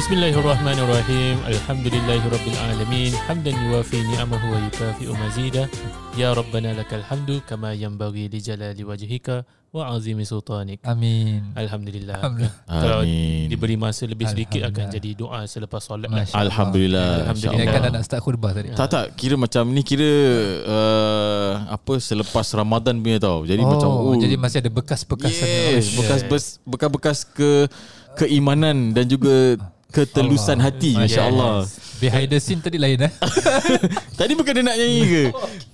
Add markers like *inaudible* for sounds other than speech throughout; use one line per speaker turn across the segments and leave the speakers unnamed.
Bismillahirrahmanirrahim. Alhamdulillahirabbil alamin. Hamdan yuwafi ni'amahu wa yukafi'u mazida. Ya Rabbana lakal hamdu kama yanbaghi li jalali wajhika wa azimi sultanik.
Amin.
Alhamdulillah.
Alhamdulillah.
Kalau
Amin.
diberi masa lebih sedikit akan
Alhamdulillah.
jadi doa selepas solat. lah.
Masya
Alhamdulillah.
Alhamdulillah.
Dia
insyaAllah.
kan dah nak start khutbah tadi.
Tak tak kira macam ni kira uh, apa selepas Ramadan punya tau. Jadi macam oh,
jadi masih ada bekas-bekasan.
yes, bekas bes, bekas-bekas ke keimanan dan juga ketelusan
Allah.
hati masya-Allah.
Behind the scene tadi lain eh.
Tadi bukan dia nak nyanyi
*laughs*
ke?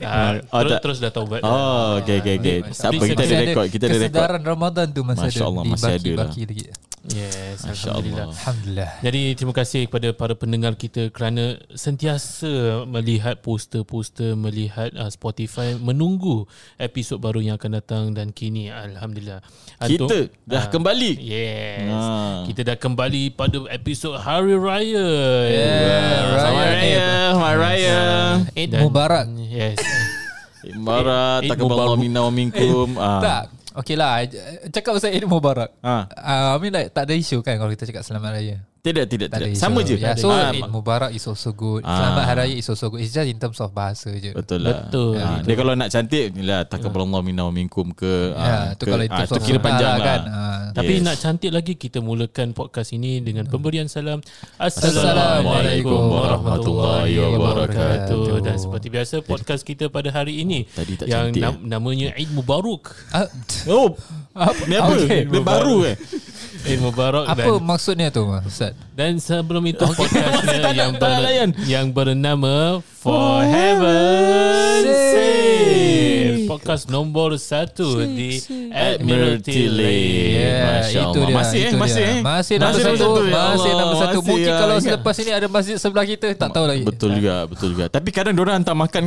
Ah,
Ah,
terus,
tak.
terus dah taubat.
Oh, okey okey okey. Tak apa *laughs* kita ada
Masih
rekod, kita ada rekod.
Kesedaran Ramadan tu masih
Masya Allah,
ada
masih ada lah.
dibaki-baki lagi.
Yes,
Masya
alhamdulillah.
Allah.
Alhamdulillah.
Jadi terima kasih kepada para pendengar kita kerana sentiasa melihat poster-poster, melihat uh, Spotify, menunggu episod baru yang akan datang dan kini alhamdulillah. Antum-
Kita dah
Ah,
kembali.
Yes.
Ah.
Kita dah kembali pada episod Hari Raya.
Yeah,
Selamat
Raya.
Raya, Selamat Raya.
Eid
Dan-
Mubarak.
Yes.
Eh,
Mara
Eid
takaballahu
Mubarak.
minna wa minkum. Ah.
Tak. Okay lah. Cakap pasal Eid Mubarak.
Ah.
Uh, I mean like tak ada isu kan kalau kita cakap selamat raya.
Tidak tidak
Tak ada
tidak.
isu.
Sama je.
Yeah, so eh,
Ah,
Eid Mubarak is also good.
Ah.
Selamat hari raya is also good. It's just in terms of bahasa je.
Betul lah.
Betul.
Ha, dia kalau nak cantik ni lah takaballahu minna wa minkum ke.
Ya,
ah,
tu
ke-
kalau in
ah,
terms
tu
of
kira
sunnah
panjang lah. Kan?
Ah.
Tapi
Yes.
nak cantik lagi kita mulakan podcast ini dengan pemberian salam
Assalamualaikum
warahmatullahi
wabarakatuh.
dan seperti biasa podcast kita pada hari ini
Tadi tak
yang
cantik,
nam- namanya Eid Mubarak.
Ah,
Oh, ni apa?
Okay.
Dia baru eh.
Eid Mubarak
apa
dan,
maksudnya tu Ustaz?
dan sebelum itu podcastnya yang
tak nak layan.
ber, yang bernama For Heaven's Sake podcast nombor satu di Admiralty Lane.
Ya,
Eh, Masya
itu
Allah.
dia.
Masih, eh?
itu
Masih,
dia.
eh?
Masih
Masih
nombor
nombor
satu.
satu, ya
Masih
Allah,
nombor satu.
masih,
Mungkin
ya.
kalau selepas ini ada masjid sebelah kita, tak tahu lagi.
Betul juga, betul juga. Tapi kadang orang hantar makan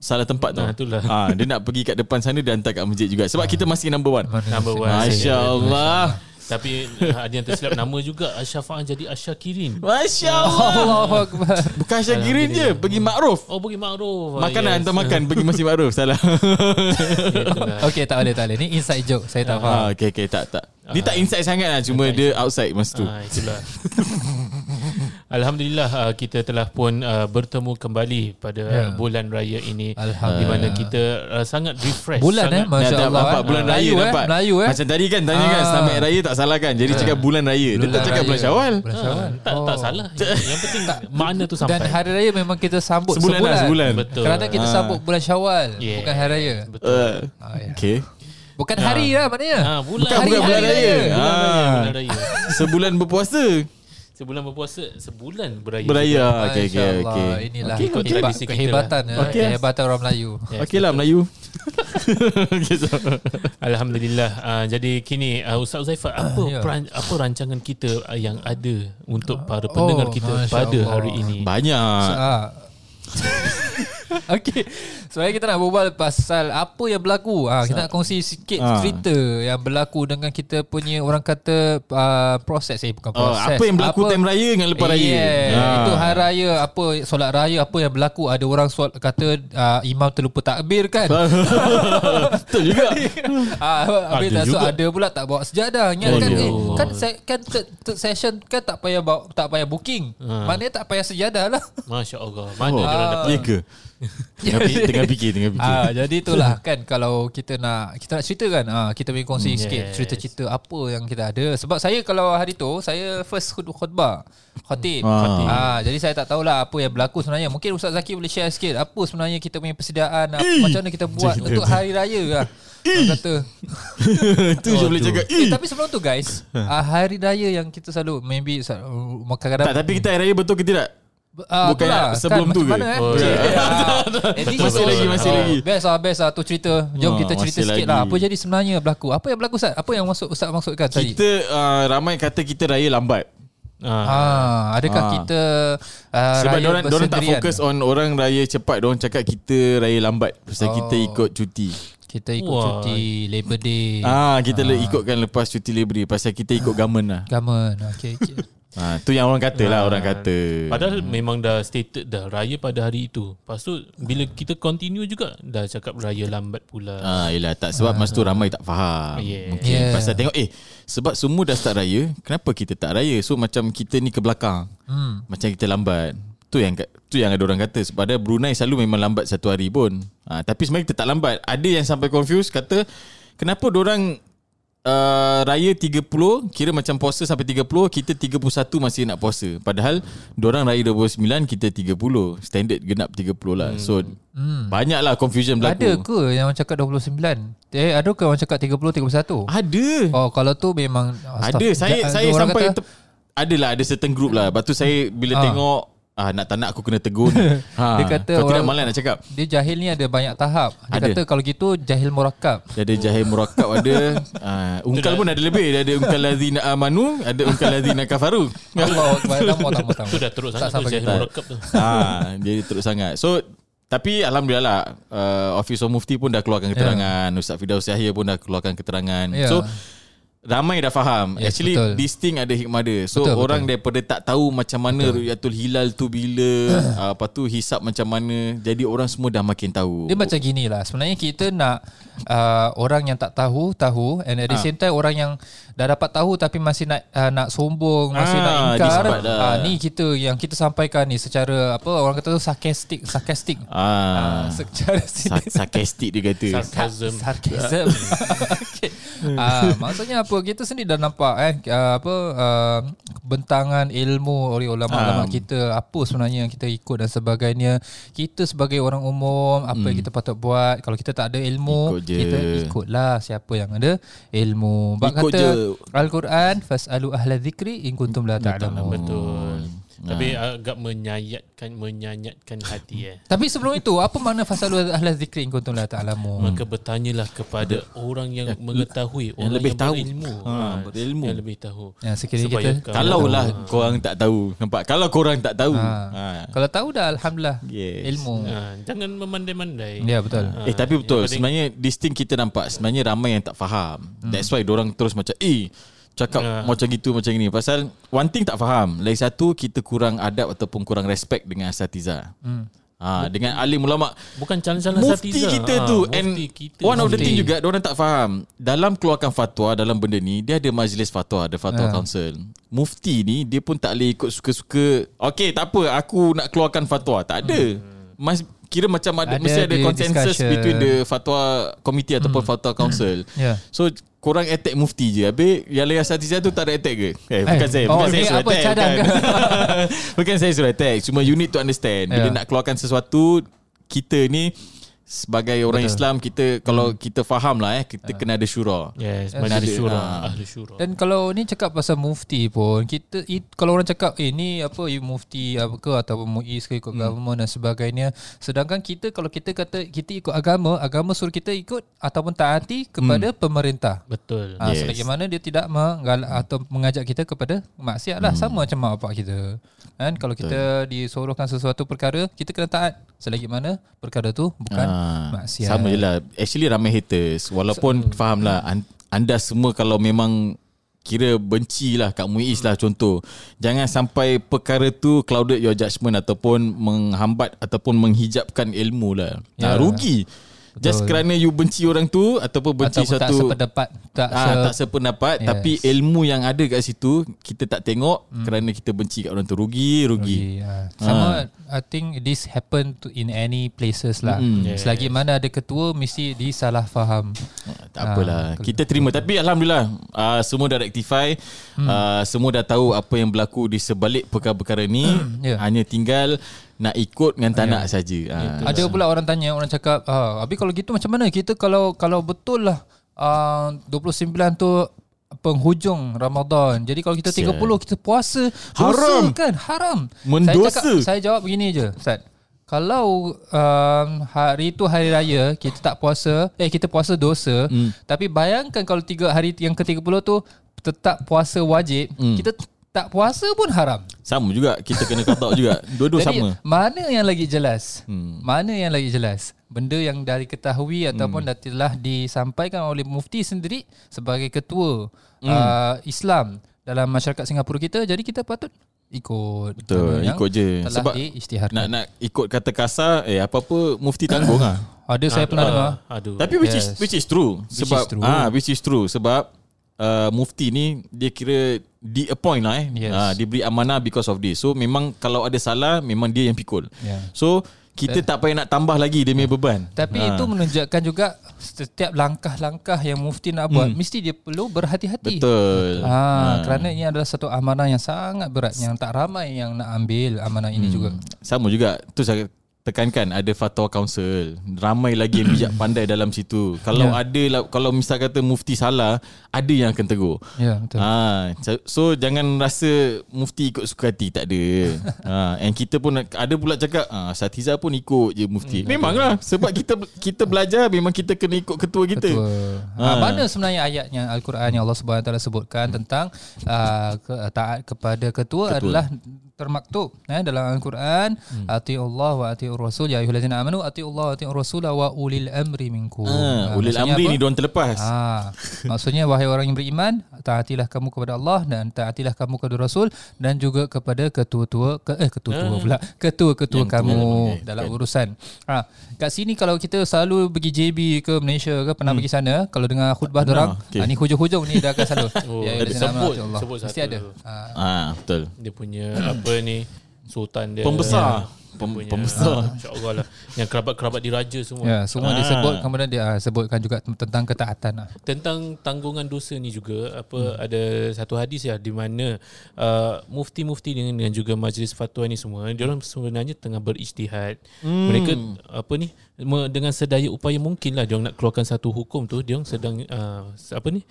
salah tempat tau.
Nah, itulah.
Ah, dia nak pergi kat depan sana dia hantar kat masjid juga sebab kita masih number one.
Number
*laughs*
one.
Masya Allah.
Tapi ada yang tersilap nama juga Asyafa'an jadi Asyakirin.
Masya
Oh.
Allah.
Allahu Akbar.
Bukan Syakirin je, pergi Makruf.
Oh pergi makruf.
Makan yes.
*laughs*
hantar makan pergi masjid Makruf. Salah.
Okey, tak boleh, tak boleh. Ni inside joke. Saya tak faham.
Ah, okay, okay, tak, tak. Dia tak inside Ah, sangat lah. Cuma dia outside masa tu.
Ha, itulah. *laughs* Alhamdulillah uh, kita telah pun uh, bertemu kembali pada
Ya.
yeah. bulan raya ini di
Alhamdulillah.
mana kita uh, sangat refresh
Bulan,
sangat,
eh, Mas? Masya
Dah- dah
Allah,
Nampak
eh.
bulan
Ah.
raya
Melayu, eh.
dapat.
Melayu, eh.
Macam tadi kan tanya kan
Ah.
selamat raya tak salah kan. Jadi cakap bulan raya. Dia tak
Bulan
cakap bulan
raya.
Syawal. Ah.
Bulan Syawal.
tak tak
*laughs*
salah yang penting makna tu sampai
Oh. Dan hari raya memang kita sambut
Sebulan
sebulan.
lah, sebulan.
Betul.
Kerana kita
Ah.
sambut bulan Syawal,
Yes.
bukan hari raya.
betul
Uh,
Ah, ya.
okay.
Bukan hari lah maknanya.
Ah, bulan
Bukan, bukan bulan
Bulan
raya.
raya,
Ah.
bulan raya.
Sebulan berpuasa.
Sebulan berpuasa, sebulan beraya. *laughs*
Beraya. Okay, okay,
InsyaAllah.
okay.
Inilah
Okey,
kehebat-
tradisi kita lah.
kehebatan eh,
Okey.
kehebatan orang Melayu.
Yes,
okay lah Melayu. okay, so.
Alhamdulillah. Uh, jadi kini uh, Ustaz Uzaifah apa
ya.
peran, apa rancangan kita uh, yang ada untuk para
Oh,
pendengar kita
Masya
pada
Allah.
hari ini?
Banyak.
Ah. *laughs* Okey. Sebenarnya kita nak berbual pasal apa yang berlaku. Ha, kita nak kongsi sikit
Ah.
cerita yang berlaku dengan kita punya orang kata uh, proses eh bukan
Oh,
proses.
apa yang berlaku time raya dengan lepas raya.
Yeah,
Ah.
Itu hari raya apa solat raya apa yang berlaku ada orang solat, kata uh, imam terlupa takbir
*laughs*
kan.
Betul
*laughs*
juga.
Ah, habis
Ada
dah so
juga.
ada pula tak bawa sejadah. Ingat
Oh,
kan
ya
eh,
Allah.
kan se- kan third, third session kan tak payah bawa, tak payah booking.
Ah.
Maknanya tak payah sejadah lah.
Masya Allah. Mana oh. orang dapat?
Ya ke? Tengah pi- Tengah fikir, tengah fikir. *laughs*
Ah, jadi itulah kan kalau kita nak kita nak cerita kan. Ah, kita boleh kongsi yes. sikit
Yes.
cerita-cerita apa yang kita ada. Sebab saya kalau hari tu saya first khut- khutbah. Khatib.
Ah.
Ah. jadi saya tak tahulah apa yang berlaku sebenarnya. Mungkin Ustaz Zaki boleh share sikit apa sebenarnya kita punya persediaan apa, macam mana kita buat untuk hari raya lah. Orang kata.
Itu je boleh cakap.
Eh,
"Ih."
tapi sebelum tu
*laughs*
guys, ah, hari raya yang kita selalu maybe Ustaz uh,
Tak,
kadang-kadang
tapi kita hari raya betul ke tidak?
Ah,
Bukan
itulah.
sebelum
kan,
tu
macam
ke?
Mana, eh?
Oh,
Cik,
ya.
*laughs*
ah. At least
Masih
betul.
lagi, masih
Ah,
lagi.
Best lah, best lah tu cerita. Jom
Ah,
kita cerita
masih
sikit
lagi.
lah. Apa jadi sebenarnya berlaku? Apa yang berlaku Ustaz? Apa yang maksud Ustaz maksudkan tadi?
Kita ah, ramai kata kita raya lambat.
Ah.
Ah, adakah
Ah.
kita ah, raya
Sebab orang orang tak
bersendirian?
fokus on orang raya cepat, orang cakap kita raya lambat pasal
Oh.
kita ikut cuti.
Kita ikut
Wah.
cuti Labor Day. Ah.
Ah kita ah. ikutkan lepas cuti labor day pasal kita ikut government lah.
Gamen. Okay, okay.
Ah tu yang orang kata lah orang kata.
Padahal memang dah stated dah raya pada hari itu. Lepas tu bila kita continue juga dah cakap raya lambat pula.
Ah yelah Oh, tak sebab masa tu ramai tak faham.
Yeah.
Mungkin
Yeah.
pasal tengok eh sebab semua dah start raya, kenapa kita tak raya? So macam kita ni ke belakang. Hmm. Macam kita lambat. Tu yang kat- tu yang ada orang kata sebab ada Brunei selalu memang lambat satu hari pun. Ah tapi sebenarnya kita tak lambat. Ada yang sampai confuse kata kenapa orang Uh, raya 30 Kira macam puasa sampai 30 Kita 31 masih nak puasa Padahal Diorang raya 29 Kita 30 Standard genap 30 lah So hmm. Banyaklah confusion *laughs* berlaku
Ada ke yang orang cakap 29? Eh, ada ke orang cakap 30, 31?
Ada.
Oh, kalau tu memang
Ah. Ada. Saya
Ja-
saya
orang
sampai
kata,
ter, adalah ada certain group lah. Lepas tu saya bila
Ah.
tengok ah nak tak nak aku kena tegur ni. ha.
*laughs* Dia kata
kalau tidak
orang-
malas nak cakap.
dia jahil ni ada banyak tahap. Dia
Ada.
kata kalau gitu jahil
*laughs*
murakab.
Dia ada jahil murakab
*laughs*
ada ah, Ungkal pun ada lebih Dia ada ungkal lazina amanu Ada ungkal lazina kafaru
Allah Akbar. Tambah, tambah, tambah.
Tu dah teruk
Tak
sangat tu
sampai
Jahil
kita.
Murakab tu.
ha, Dia teruk sangat So tapi Alhamdulillah lah uh, Office of Mufti pun dah keluarkan keterangan yeah. Ustaz Fidaus Yahya pun dah keluarkan keterangan
Ya.
yeah. So Ramai dah
Yes,
faham yes, Actually
betul.
betul. this thing ada hikmah dia So
Betul,
betul, orang betul. daripada tak tahu Macam mana betul. Ru'yatul Hilal tu *clears throat* bila uh, Lepas tu hisap macam mana Jadi orang semua dah makin tahu
Dia macam gini lah Sebenarnya kita nak uh, Orang yang tak tahu Tahu And at
Ah.
the same time Orang yang Dah dapat tahu Tapi masih nak uh, Nak sombong Masih
Ah,
nak ingkar
disebat dah.
uh, Ni kita Yang kita sampaikan ni Secara apa Orang kata tu sarcastic Sarcastic uh,
ah,
*laughs* Secara
sa- *laughs* Sarkastik dia kata
Sarcasm.
Sarcasm *laughs* okay. uh, Maksudnya apa Kita sendiri dah nampak eh, uh, Apa uh, Bentangan ilmu Oleh ulama-ulama
Ah.
kita Apa sebenarnya Yang kita ikut dan sebagainya Kita sebagai orang umum Apa yang kita patut buat Kalau kita tak ada ilmu
Hmm. Ikut je.
Kita ikutlah Siapa yang ada Ilmu Bak
Ikut
kata
je.
Al-Quran Fas'alu ahla zikri In kuntum la ta'lamun
Ah, Betul.
Ah.
Tapi agak menyayatkan menyanyatkan hati eh.
Tapi sebelum itu Apa makna Fas'alu ahla zikri In kuntum la
Hmm.
ta'lamun
Maka bertanyalah kepada orang yang mengetahui, orang
yang lebih
yang
tahu.
berilmu. Ah,
Ha, berilmu.
Yang lebih tahu.
Ya, sekiranya
Supaya
kita-
kamu
Kalau
tahu.
lah korang tak tahu Nampak? Kalau korang tak tahu
Ha.
ha.
Kalau tahu dah Alhamdulillah
Yes. Ah.
Ilmu
Ha, jangan memandai-mandai.
Ya betul
Eh tapi
yang
betul
penting-
Sebenarnya this thing kita nampak Sebenarnya ramai yang tak faham hmm. That's why orang terus macam Eh cakap
Ah.
macam gitu macam ni Pasal one thing tak faham Lagi satu kita kurang adab Ataupun kurang respect dengan asatiza hmm. ha, Dengan alim ulama'
Bukan calon-calon
Mufti
satiza.
kita
Ah,
tu
mufti
And
kita.
one of the
Mufti.
thing juga Diorang tak faham Dalam keluarkan fatwa Dalam benda ni Dia ada majlis fatwa Ada fatwa
Ah.
council Mufti ni Dia pun tak boleh ikut suka-suka Okay tak apa Aku nak keluarkan fatwa Tak ada
Hmm.
Mas, Kira macam ada,
Ada
Mesti ada
dia
consensus
discussion.
Between the fatwa Committee ataupun
Hmm.
fatwa
*coughs*
council
Ya.
So korang attack mufti je Habis yang lain asatiza tu tak ada attack ke? Eh, bukan saya
oh,
Bukan
ni
saya suruh
apa,
attack
cadang
bukan. *laughs* bukan saya suruh attack Cuma you need to understand Bila
Ya.
nak keluarkan sesuatu Kita ni Sebagai orang Betul. Islam Kita
Hmm.
Kalau kita faham
Ah.
lah eh Kita kena ada syura
Ya.
Yes,
Yes.
majlis
Ada,
syura,
ah.
ahli syura.
Dan kalau ni cakap pasal mufti pun kita it, kalau orang cakap eh ni apa you mufti apa ke atau MUIS ke ikut hmm. government dan sebagainya sedangkan kita kalau kita kata kita ikut agama agama suruh kita ikut ataupun taati kepada pemerintah.
Betul.
Ah yes.
Hmm. Yes.
selagi mana dia tidak menggal atau mengajak kita kepada maksiat
Hmm.
lah sama macam mak bapak kita. Kan kalau kita disuruhkan sesuatu perkara kita kena taat selagi mana perkara tu bukan
Ah,
maksiat.
Sama je lah Actually ramai haters Walaupun faham lah
hmm.
an- Anda semua kalau memang Kira benci lah Kat Muiz lah
Hmm.
contoh Jangan sampai perkara tu Clouded your judgement Ataupun menghambat Ataupun menghijabkan ilmu lah
Ya.
nah, Rugi Just kerana you benci orang tu Ataupun benci
Ataupun tak
satu
sependapat tak,
Ah,
se-
tak sependapat yes.
Yes.
tapi ilmu yang ada kat situ kita tak tengok hmm. kerana kita benci kat orang tu rugi rugi.
Yeah. ah. Sama I think this happen to in any places lah. Mm.
Yes.
Selagi mana ada ketua mesti disalah faham.
Ah, Tak apalah kita terima tapi alhamdulillah ah, semua dah rectify hmm. semua dah tahu apa yang berlaku di sebalik perkara-perkara ni
Ya.
hanya tinggal nak ikut dengan tanak yeah. saja. Ah.
Ada pula orang tanya orang cakap ah habis kalau gitu macam mana kita kalau kalau betul lah uh, 29 tu penghujung Ramadan. Jadi kalau kita 30 kita puasa dosa
Haram.
kan haram. Saya
Mendosa.
cakap saya jawab begini je Ustaz. Kalau um, hari tu hari raya kita tak puasa, eh kita puasa dosa,
Hmm.
mm. tapi bayangkan kalau tiga hari yang ke-30 tu tetap puasa wajib,
Hmm.
mm. kita tak puasa pun haram.
Sama *laughs* juga kita kena katak juga. Dua-dua
Jadi
sama.
mana yang lagi jelas? Hmm. Mana yang lagi jelas? benda yang dah diketahui
Hmm.
ataupun dah telah disampaikan oleh mufti sendiri sebagai ketua
Hmm.
uh, Islam dalam masyarakat Singapura kita jadi kita patut ikut
Betul,
yang
ikut je.
telah
Sebab
diisytiharkan.
*laughs* Nak nak ikut kata kasar eh apa-apa mufti tanggung ah. *laughs*
Ada saya pernah dengar.
Ah, Aduh.
Tapi which is
Yes.
which is true
Which is
sebab
true.
ah which is true sebab uh, mufti ni dia kira di appoint lah eh.
Yes.
Ah dia beri amanah because of this. So memang kalau ada salah memang dia yang pikul.
Yeah.
So kita tak payah nak tambah lagi dia punya beban.
Tapi
Ah,
itu menunjukkan juga setiap langkah-langkah yang mufti nak buat mesti dia perlu berhati-hati.
Hmm. betul.
Ah, kerana ini adalah satu amanah yang sangat berat yang tak ramai yang nak ambil amanah
Hmm.
ini juga.
Sama juga tu saya tekankan ada fatwa council. Ramai lagi
*coughs*
yang bijak pandai dalam situ. Kalau yeah. ada lah- kalau misal kata mufti salah, ada yang akan tegur.
Ya, betul.
Ah, so- so jangan rasa mufti ikut suka hati
*laughs*
tak ada. ah, and kita pun nak- ada pula cakap ah Satiza pun ikut je mufti.
Hmm.
Memanglah sebab kita kita belajar memang kita kena ikut ketua kita.
Betul.
Ketua.
Ha. mana sebenarnya ayatnya Al-Quran yang Allah Subhanahu Wa Taala sebutkan tentang uh, ke, taat kepada ketua, adalah termaktub eh, dalam Al-Quran hmm. Allah wa atiur rasul ya ayyuhallazina amanu atiur Allah wa atiur rasul wa ulil amri minkum. Ha,
Ah, ulil
maksudnya
amri
apa?
ni diorang terlepas.
Ah, maksudnya wahai orang yang beriman, taatilah kamu kepada Allah dan taatilah kamu kepada Rasul dan juga kepada ketua-tua ke, eh ketua-tua
Hmm.
pula, ketua-ketua kamu dalam
kan.
urusan. Ah, kat sini kalau kita selalu pergi JB ke Malaysia ke pernah
Hmm.
pergi sana, kalau dengar khutbah orang,
Okey.
ah, ni hujung-hujung ni dah akan selalu.
*laughs* Oh,
Ya,
sebut-
ya, Allah.
sebut
Mesti
satu
ada.
dulu.
Ah,
Ah, betul.
dia punya apa ni sultan dia
Ya.
Pembesar.
Dia
Pem,
punya,
pembesar.
ah, insyaallah lah yang kerabat-kerabat diraja semua
ya, semua
Ah.
disebut kemudian dia ah, sebutkan juga tentang ketaatan lah.
tentang tanggungan dosa ni juga apa hmm. ada satu hadis ya di mana uh, mufti-mufti dengan, dengan juga majlis fatwa ni semua dia orang sebenarnya tengah berijtihad. Hmm. Mereka apa ni me- dengan sedaya upaya mungkinlah dia orang nak keluarkan satu hukum tu dia orang sedang uh, apa ni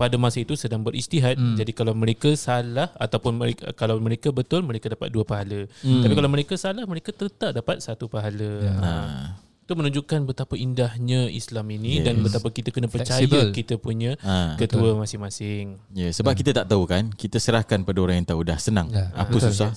pada masa itu sedang berijtihad. Hmm. Jadi kalau mereka salah ataupun mereka, kalau mereka betul mereka dapat dua pahala. Hmm. Tapi kalau mereka salah mereka tetap dapat satu pahala. Ya. Ha. Itu menunjukkan betapa indahnya Islam ini yes. dan betapa kita kena percaya
Flexible.
kita punya
Ah.
ketua masing-masing.
Ya, yeah, sebab kita tak tahu kan. Kita serahkan pada orang yang tahu dah senang.
Ah. Ya,
Apa
betul.
susah?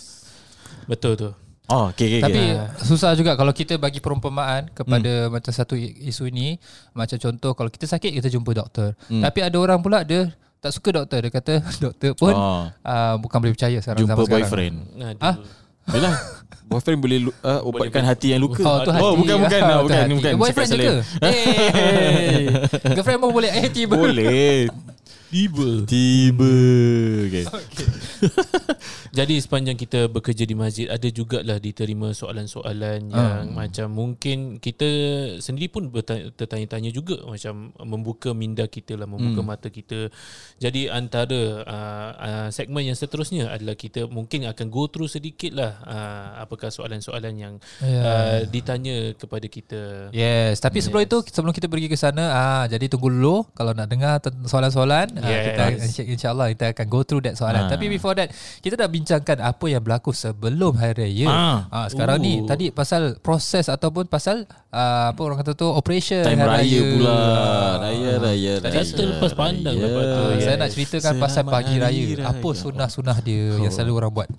Betul tu.
Oh, okey okey.
Tapi
Tapi
susah juga kalau kita bagi perumpamaan kepada
Hmm.
macam satu i- isu ni, macam contoh kalau kita sakit kita jumpa doktor.
Hmm.
Tapi ada orang pula dia tak suka doktor, dia kata *laughs* doktor pun
Oh.
ah, bukan boleh percaya sekarang
jumpa
zaman sekarang.
boyfriend.
Aduh.
Ah,
Yalah. *laughs* Boyfriend boleh lu- ah, ubatkan hati yang luka.
Oh, tu hati.
oh bukan
*laughs*
bukan.
Ah,
Ah,
tu
bukan
hati.
bukan.
Boyfriend je
Cakap
ke? *laughs*
salah. *laughs*
Hey. Girlfriend pun boleh. Eh, tiba.
Boleh. Tiba. Tiba. Okay.
Jadi sepanjang kita bekerja di masjid ada jugalah diterima soalan-soalan
Ah.
yang macam mungkin kita sendiri pun berta- tertanya-tanya juga macam membuka minda kita lah membuka
Hmm.
mata kita. Jadi antara uh, uh, segmen yang seterusnya adalah kita mungkin akan go through sedikit lah uh, apakah soalan-soalan yang
Ya.
yeah. uh, ditanya kepada kita.
Yes, tapi sebelum itu sebelum kita pergi ke sana, ah jadi tunggu dulu kalau nak dengar te- soalan-soalan, yes.
Yes.
kita insya- insyaallah kita akan go through that
Ah.
soalan. Tapi before that, kita dah bincangkan apa yang berlaku sebelum hari raya.
Ah.
Ah, sekarang ni
Ooh.
tadi pasal proses ataupun pasal ah, apa orang kata tu operation
Time
hari Ah.
raya pula. Raya raya
Tadi
raya. Ya.
saya terlepas pandang dapat tu.
Ah,
Yes.
Saya nak ceritakan
Oh, Selamat
pasal pagi
Hari
raya.
Raya. Oh.
Apa sunnah-sunnah dia yang selalu orang buat.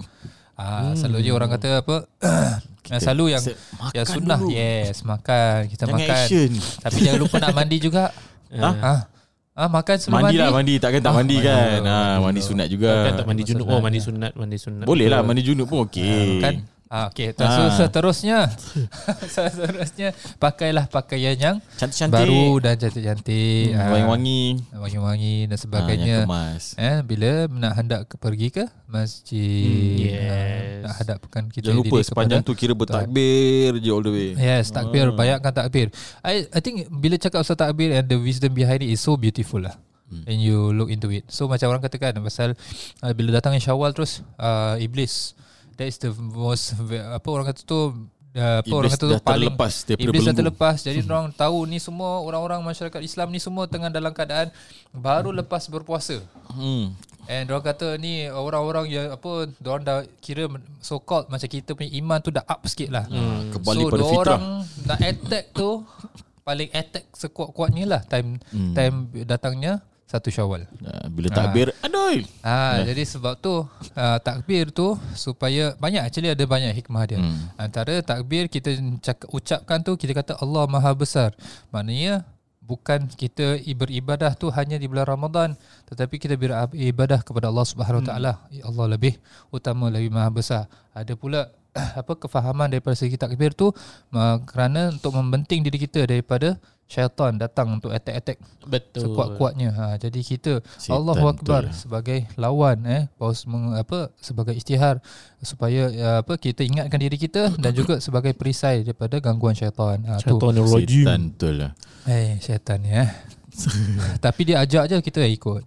Ah, selalunya orang kata
*coughs*
apa? yang selalu yang
se- Hmm. makan
yang sunnah.
dulu.
Yes, makan. Kita
Jangan
makan.
action.
Tapi jangan lupa nak mandi
*laughs*
juga.
Ha?
Ah. Ah, makan sebelum
Mandi
mandi.
lah mandi Takkan tak mandi kan ah, Mandi sunat
Kan
juga
tak mandi junub oh
ya.
mandi sunat mandi sunat.
Boleh lah mandi junub pun okey
Kan? Ah, okay. So,
Ah.
seterusnya *laughs* seterusnya pakailah pakaian yang
Cantik-cantik.
baru dan cantik-cantik. Ah,
Hmm, Wangi-wangi
wangi-wangi dan
Ah,
sebagainya.
Yang kemas
Eh, bila nak hendak ke, pergi ke
Hmm,
masjid Ah,
yes.
nak hadapkan kita
Jangan lupa
diri
sepanjang
kepada- Eh.
tu kira bertakbir je all the way
Yes, takbir,
Ah.
banyakkan takbir. I I think bila cakap pasal takbir and the wisdom behind it is so beautiful lah.
Hmm.
And you look into it. So macam orang katakan pasal uh, bila datangnya Syawal terus uh, iblis. That is the most apa orang kata tu Uh, apa
Iblis
orang kata tu
dah
paling
terlepas
Iblis
daripada
dah
belenggu. Hmm.
terlepas Jadi orang tahu ni semua Orang-orang masyarakat Islam ni semua Tengah dalam keadaan Baru lepas berpuasa
Hmm.
And orang kata ni orang-orang yang apa orang dah kira so called macam kita punya iman tu dah up sikit lah. Hmm,
kembali
so
pada fitrah.
orang nak attack tu paling attack sekuat-kuatnya lah time hmm. time datangnya satu Syawal.
Ah, Bila takbir Adoi
Ah, yeah. jadi sebab tu uh, takbir tu supaya banyak actually ada banyak hikmah dia. Hmm. Antara takbir kita cak, ucapkan tu kita kata Allah Maha Besar. Maknanya bukan kita i- beribadah tu hanya di bulan Ramadan tetapi kita beribadah kepada Allah Subhanahu Wa Taala. Ya Allah lebih utama lebih Maha Besar. Ada pula *clears throat* apa kefahaman daripada segi takbir tu uh, kerana untuk membenting diri kita daripada syaitan datang untuk attack-attack
Betul.
sekuat-kuatnya. Ha, jadi kita
Setan
Allahu akbar
betul.
sebagai lawan eh paus meng, apa sebagai istihar supaya ya, apa kita ingatkan diri kita dan juga sebagai perisai daripada gangguan syaitan. Ha, tu.
Syaitan rajim.
Setan betul lah
Eh syaitan
*laughs*
ya. Tapi dia ajak je kita ikut.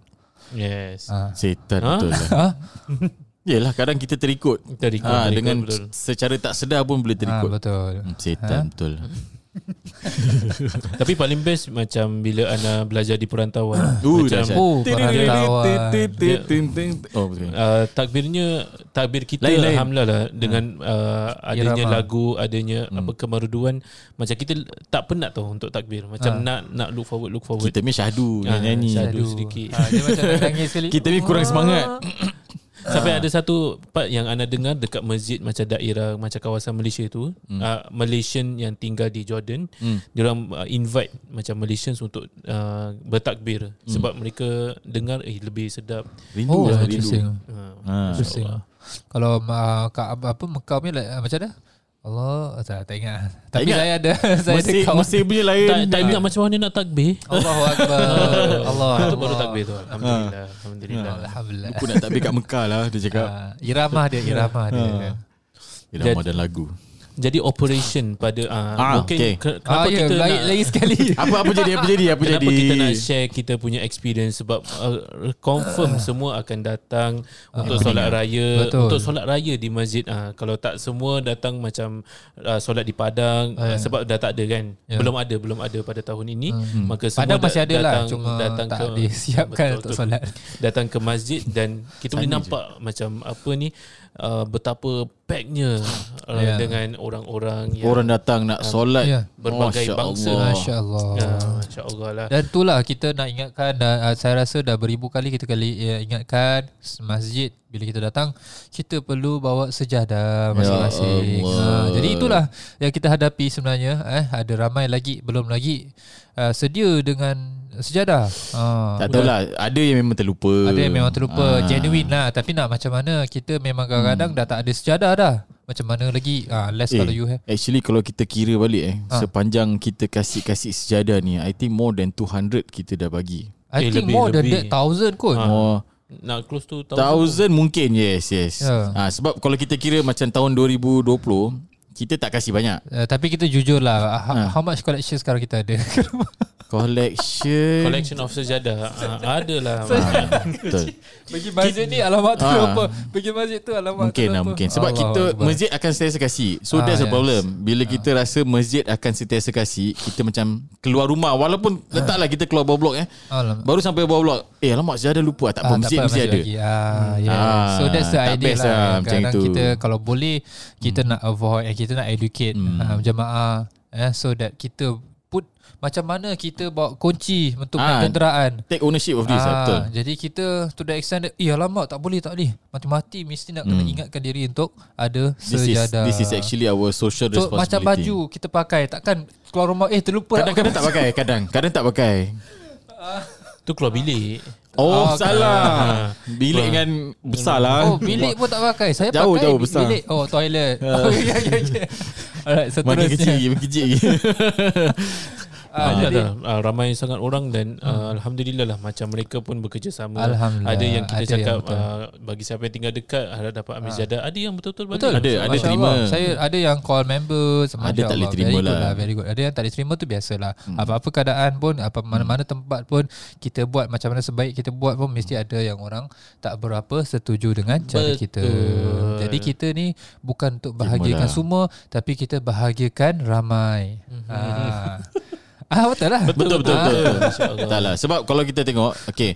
Yes.
Ha.
Setan
Ha?
betul lah Yelah kadang kita terikut
Terikut,
ha,
terikut,
Dengan
betul.
secara tak sedar pun boleh
Ha,
terikut
betul. Ha?
Hmm, Setan
*laughs*
betul lah
Tapi paling best macam bila Ana belajar di
*coughs*
perantauan. *laughs*
Uh,
macam
dahsyat.
Oh, perantauan.
Oh betul
Uh, takbirnya takbir kita
Lain, Ah. lain.
alhamdulillah lah dengan uh, adanya
Irama.
lagu adanya
Hmm.
apa kemerduan macam kita tak penat tau untuk takbir macam nak nak look forward look forward
Kita ni syahdu
Ah,
Nyanyi
syahdu. Ah.
syahdu.
Aduh, sedikit.
Ha, dia macam nak nangis sekali.
Kita ni kurang semangat
Sampai
Ah.
ada satu part yang Ana dengar dekat masjid macam daerah macam kawasan Malaysia tu, hmm. uh, Malaysian yang tinggal di Jordan, hmm. diorang uh, invite macam Malaysians untuk uh, bertakbir hmm. sebab mereka dengar eh lebih sedap.
Rindu
Oh,
lah
interesting.
rindu
Uh,
ha.
Pusing. Kalau uh, ka, apa Mekah punya like, uh, macam mana? Allah tak, tak ingat. Tapi
ingat.
saya ada *laughs* saya
Mesir,
ada kawan.
Mesir punya lain
tak, tak ingat macam mana nak takbir.
Allahu akbar.
*laughs*
Allah.
Itu baru takbir tu. Ah. Alhamdulillah. Alhamdulillah.
Alhamdulillah.
Aku nak takbir kat Mekah lah Dia cakap
Uh, iramah dia, iramah
Ah.
dia.
Irama dan lagu
Jadi operation pada uh,
Ah,
mungkin
okay.
ke- kenapa
Kenapa ah, ya,
kita
lagi,
nak
lagi
*laughs*
sekali.
Apa apa jadi Apa jadi Apa
Kenapa
jadi
kita nak share kita punya experience sebab uh, confirm semua akan datang untuk solat raya
Ah. Betul.
untuk solat raya di masjid uh, kalau tak semua datang macam uh, solat di padang uh, sebab dah tak ada kan
Ah, Ya. Hmm.
belum ada belum ada pada tahun ini maka semua
Padang
da-
masih ada lah
datang
cuma
datang
tak
ke *laughs* Betul,
disiapkan untuk
betul.
solat.
datang ke masjid dan kita boleh nampak macam apa ni uh, betapa packnya uh,
Ya.
dengan orang-orang yang
Orang datang nak solat
Ya.
Ah. Berbagai
Masya
bangsa.
Allah.
Masya-Allah.
uh, masya-Allah lah
Dan itulah kita nak ingatkan dan uh, saya rasa dah beribu kali kita kali ya, ingatkan s- masjid bila kita datang kita perlu bawa sejadah masing-masing.
Ya Allah.
Ha, jadi itulah yang kita hadapi sebenarnya eh ada ramai lagi belum lagi uh, sedia dengan sejadah. Ha.
Tak tahulah Ada yang memang terlupa
Ada yang memang
Ah.
terlupa Genuine lah Tapi nak macam mana Kita memang kadang-kadang Dah tak ada sejadah dah Macam mana lagi ah, Less
Hmm. Eh,
kalau you have
Actually kalau kita kira balik eh
Ha.
Sepanjang kita kasih-kasih sejadah ni I think more than 200 kita dah bagi
I
eh,
think
lebih-
more
lebih.
than that Thousand kot
Ah.
Oh,
nak close tu
thousand mungkin yes yes.
Ya.
Ha, sebab kalau kita kira macam tahun 2020 kita tak kasih banyak.
Uh, tapi kita jujur lah how,
Ah.
how much collection sekarang kita ada *laughs*
Collection.
collection of sejadah uh, ada
*laughs*
lah
Betul.
Pergi masjid ni alamak tu
Ah.
apa Pergi masjid tu alamak
Mungkin
tu
lah
apa.
mungkin Sebab
Allah
kita
Akbar.
Masjid akan sentiasa kasih So
Ah,
that's
yes.
the
Ah.
problem Bila kita rasa Masjid akan sentiasa kasih Kita macam Keluar rumah Walaupun
Ah.
Letaklah kita keluar bawah blok eh
Alamak.
Baru sampai bawah blok Eh alamak Saya ada lupa Tak
Ah,
apa
tak
Masjid
apa,
mesti ada
lagi. Ah, yeah.
Ah,
so that's the
tak
idea
best
lah.
lah macam
Kadang
itu. Hmm.
kita kalau boleh kita nak avoid, eh, kita nak educate ah, jemaah eh, so that kita put macam mana kita bawa kunci untuk
Ah,
naik kenderaan.
Take ownership of this ah. Betul
jadi kita to the extent that, eh alamak tak boleh tak boleh. Mati-mati mesti nak kena ingatkan diri untuk ada
Hmm. This is,
sejadah.
this is actually our social
so,
responsibility
macam baju kita pakai takkan keluar rumah eh terlupa nak
Kadang-kadang tak pakai Kadang Kadang tak pakai
tu keluar bilik
Oh,
Oh,
*laughs*
salah Bilik dengan Besar lah
Oh bilik pun tak pakai Saya
Jauh,
pakai
jauh
bi-
besar.
bilik Oh toilet *laughs* oh, ya, ya, ya. Alright
*laughs* Makin kecil
seterusnya
lagi Makin
*laughs*
kecil lagi
Ah, dah, ah, ramai sangat orang dan ah, alhamdulillah lah macam mereka pun bekerjasama.
Hmm. Alhamdulillah,
Ada yang kita
ada
cakap
yang betul. Ah.
ah, bagi siapa yang tinggal dekat harap dapat ambil sejadah. Ada yang betul-betul balik.
Betul
Ada, ada
Masya
terima.
Allah. Saya ada yang call member sama
Ada tak boleh terima
very good
lah.
lah Very good Ada yang tak boleh terima tu biasalah hmm. Apa-apa keadaan pun apa
Hmm.
Mana-mana tempat pun Kita buat macam mana sebaik kita buat pun Mesti
Hmm.
ada yang orang Tak berapa setuju dengan cara
Betul.
kita Jadi kita ni Bukan untuk bahagiakan
Terimalah.
semua Tapi kita bahagiakan ramai Ah. Ah betul lah
Hmm. Betul betul
Ah. *laughs*
betul. betul. tak lah sebab kalau kita tengok okey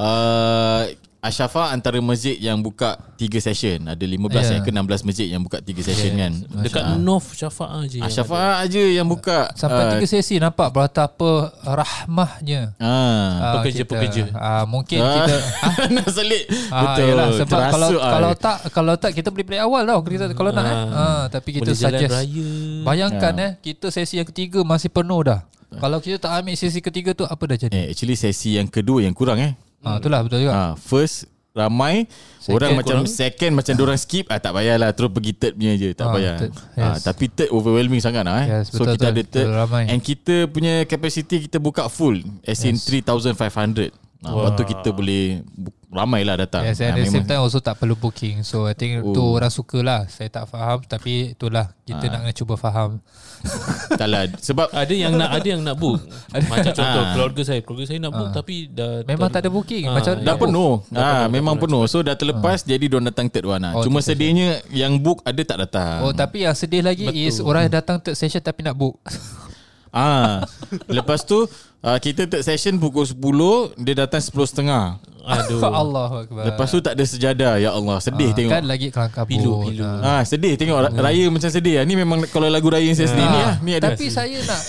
uh, Ashafa antara masjid yang buka 3 session. Ada 15
Ya.
yeah. ke 16 masjid yang buka 3 session yeah. kan.
Dekat North Syafa'ah
Ah,
je yang
Ashafa aja yang buka
Sampai
ah,
tiga sesi nampak betapa rahmahnya.
Ah,
ah,
pekerja-pekerja.
kita. Ah, mungkin
ah.
kita
*laughs* nak selit.
Ah,
Betul.
yelah, sebab
Terasa,
kalau
ah.
kalau tak kalau tak kita boleh play awal tau kita kalau nak eh. Ah, tapi
boleh
kita
jalan
suggest.
raya.
Bayangkan
Ah.
eh kita sesi yang ketiga masih penuh dah. Kalau kita tak ambil sesi ketiga tu apa dah jadi?
eh, actually sesi yang kedua yang kurang eh.
Ah itulah betul juga.
Ha, first ramai second orang
Second
macam
kurang.
second macam orang skip ah tak payahlah terus pergi third punya je tak
Ah,
payah.
third,
Ha,
yes.
tapi third overwhelming sangat lah eh.
Yes,
so
betul,
kita
betul,
ada third
betul, ramai.
and kita punya capacity kita buka full as in 3500. Ha, lepas tu kita boleh bu- ramai lah datang.
Yes, and at
Ah,
the same
memang- Oh.
time also tak perlu booking. So I think tu orang suka lah. Saya tak faham tapi itulah
Ah.
kita nak kena cuba faham.
tak lah
*laughs*
sebab
Ada yang nak ada yang nak
*laughs*
book. Macam contoh keluarga saya, keluarga saya nak
Ah.
book tapi dah
Memang tak ada booking. Macam mana
Dah
nak book?
penuh. Ah, memang penuh. So dah
Ah.
terlepas jadi dia datang third one. Ah. Cuma sedihnya yang book ada tak datang.
Oh tapi yang sedih lagi Betul. is orang yang datang third session tapi nak book.
Ah, lepas tu ah, kita third session pukul 10, dia datang
*laughs*
10.30.
Aduh.
Allah
Lepas tu tak ada sejadah. Ya Allah, sedih tengok.
kan lagi kelangkabut.
Pilu, pilu.
Ah. Ya.
Ah, sedih tengok raya macam sedih ah. Ni memang kalau lagu raya yang saya sedih ni ah, ni ada.
Tapi saya nak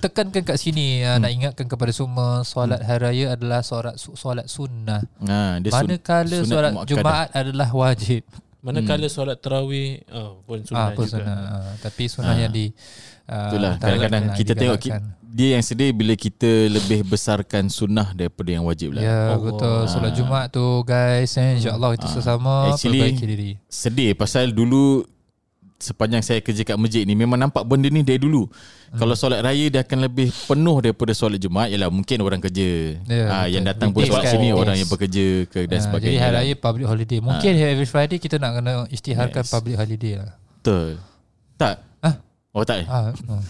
tekankan kat sini hmm. nak ingatkan kepada semua solat hari raya adalah solat su- solat sunnah.
Ah, Hmm. dia sun-
Manakala
sunat
solat
muakkadah.
Jumaat adalah wajib.
Manakala
Hmm.
solat tarawih oh, pun
Ah,
lah
sunnah
apa
juga.
sunnah. Ah, tapi sunnah yang di ah,
Itulah
tak
lah. kadang-kadang
nak
kita tengok ki-
digalakkan.
dia yang sedih bila kita lebih besarkan sunnah daripada yang wajib lah.
Ya betul solat Jumaat tu guys eh, insyaallah itu sesama
Ah. Actually-
perbaiki diri.
Sedih pasal dulu sepanjang saya kerja kat masjid ni memang nampak benda ni dari dulu. Hmm. Kalau solat raya dia akan lebih penuh daripada solat Jumaat ialah mungkin orang
Ya,
kerja. Yeah, ha,
betul.
yang datang pun
Weekdays
solat
kan,
sini
weekdays.
orang yang bekerja ke dan
Ah, jadi
sebagainya.
hari
lah.
raya public holiday. Mungkin
Ah.
every Friday kita nak kena isytiharkan public holiday lah.
Betul. Tak.
Ah.
Oh tak. eh? *laughs*
Ah, oh.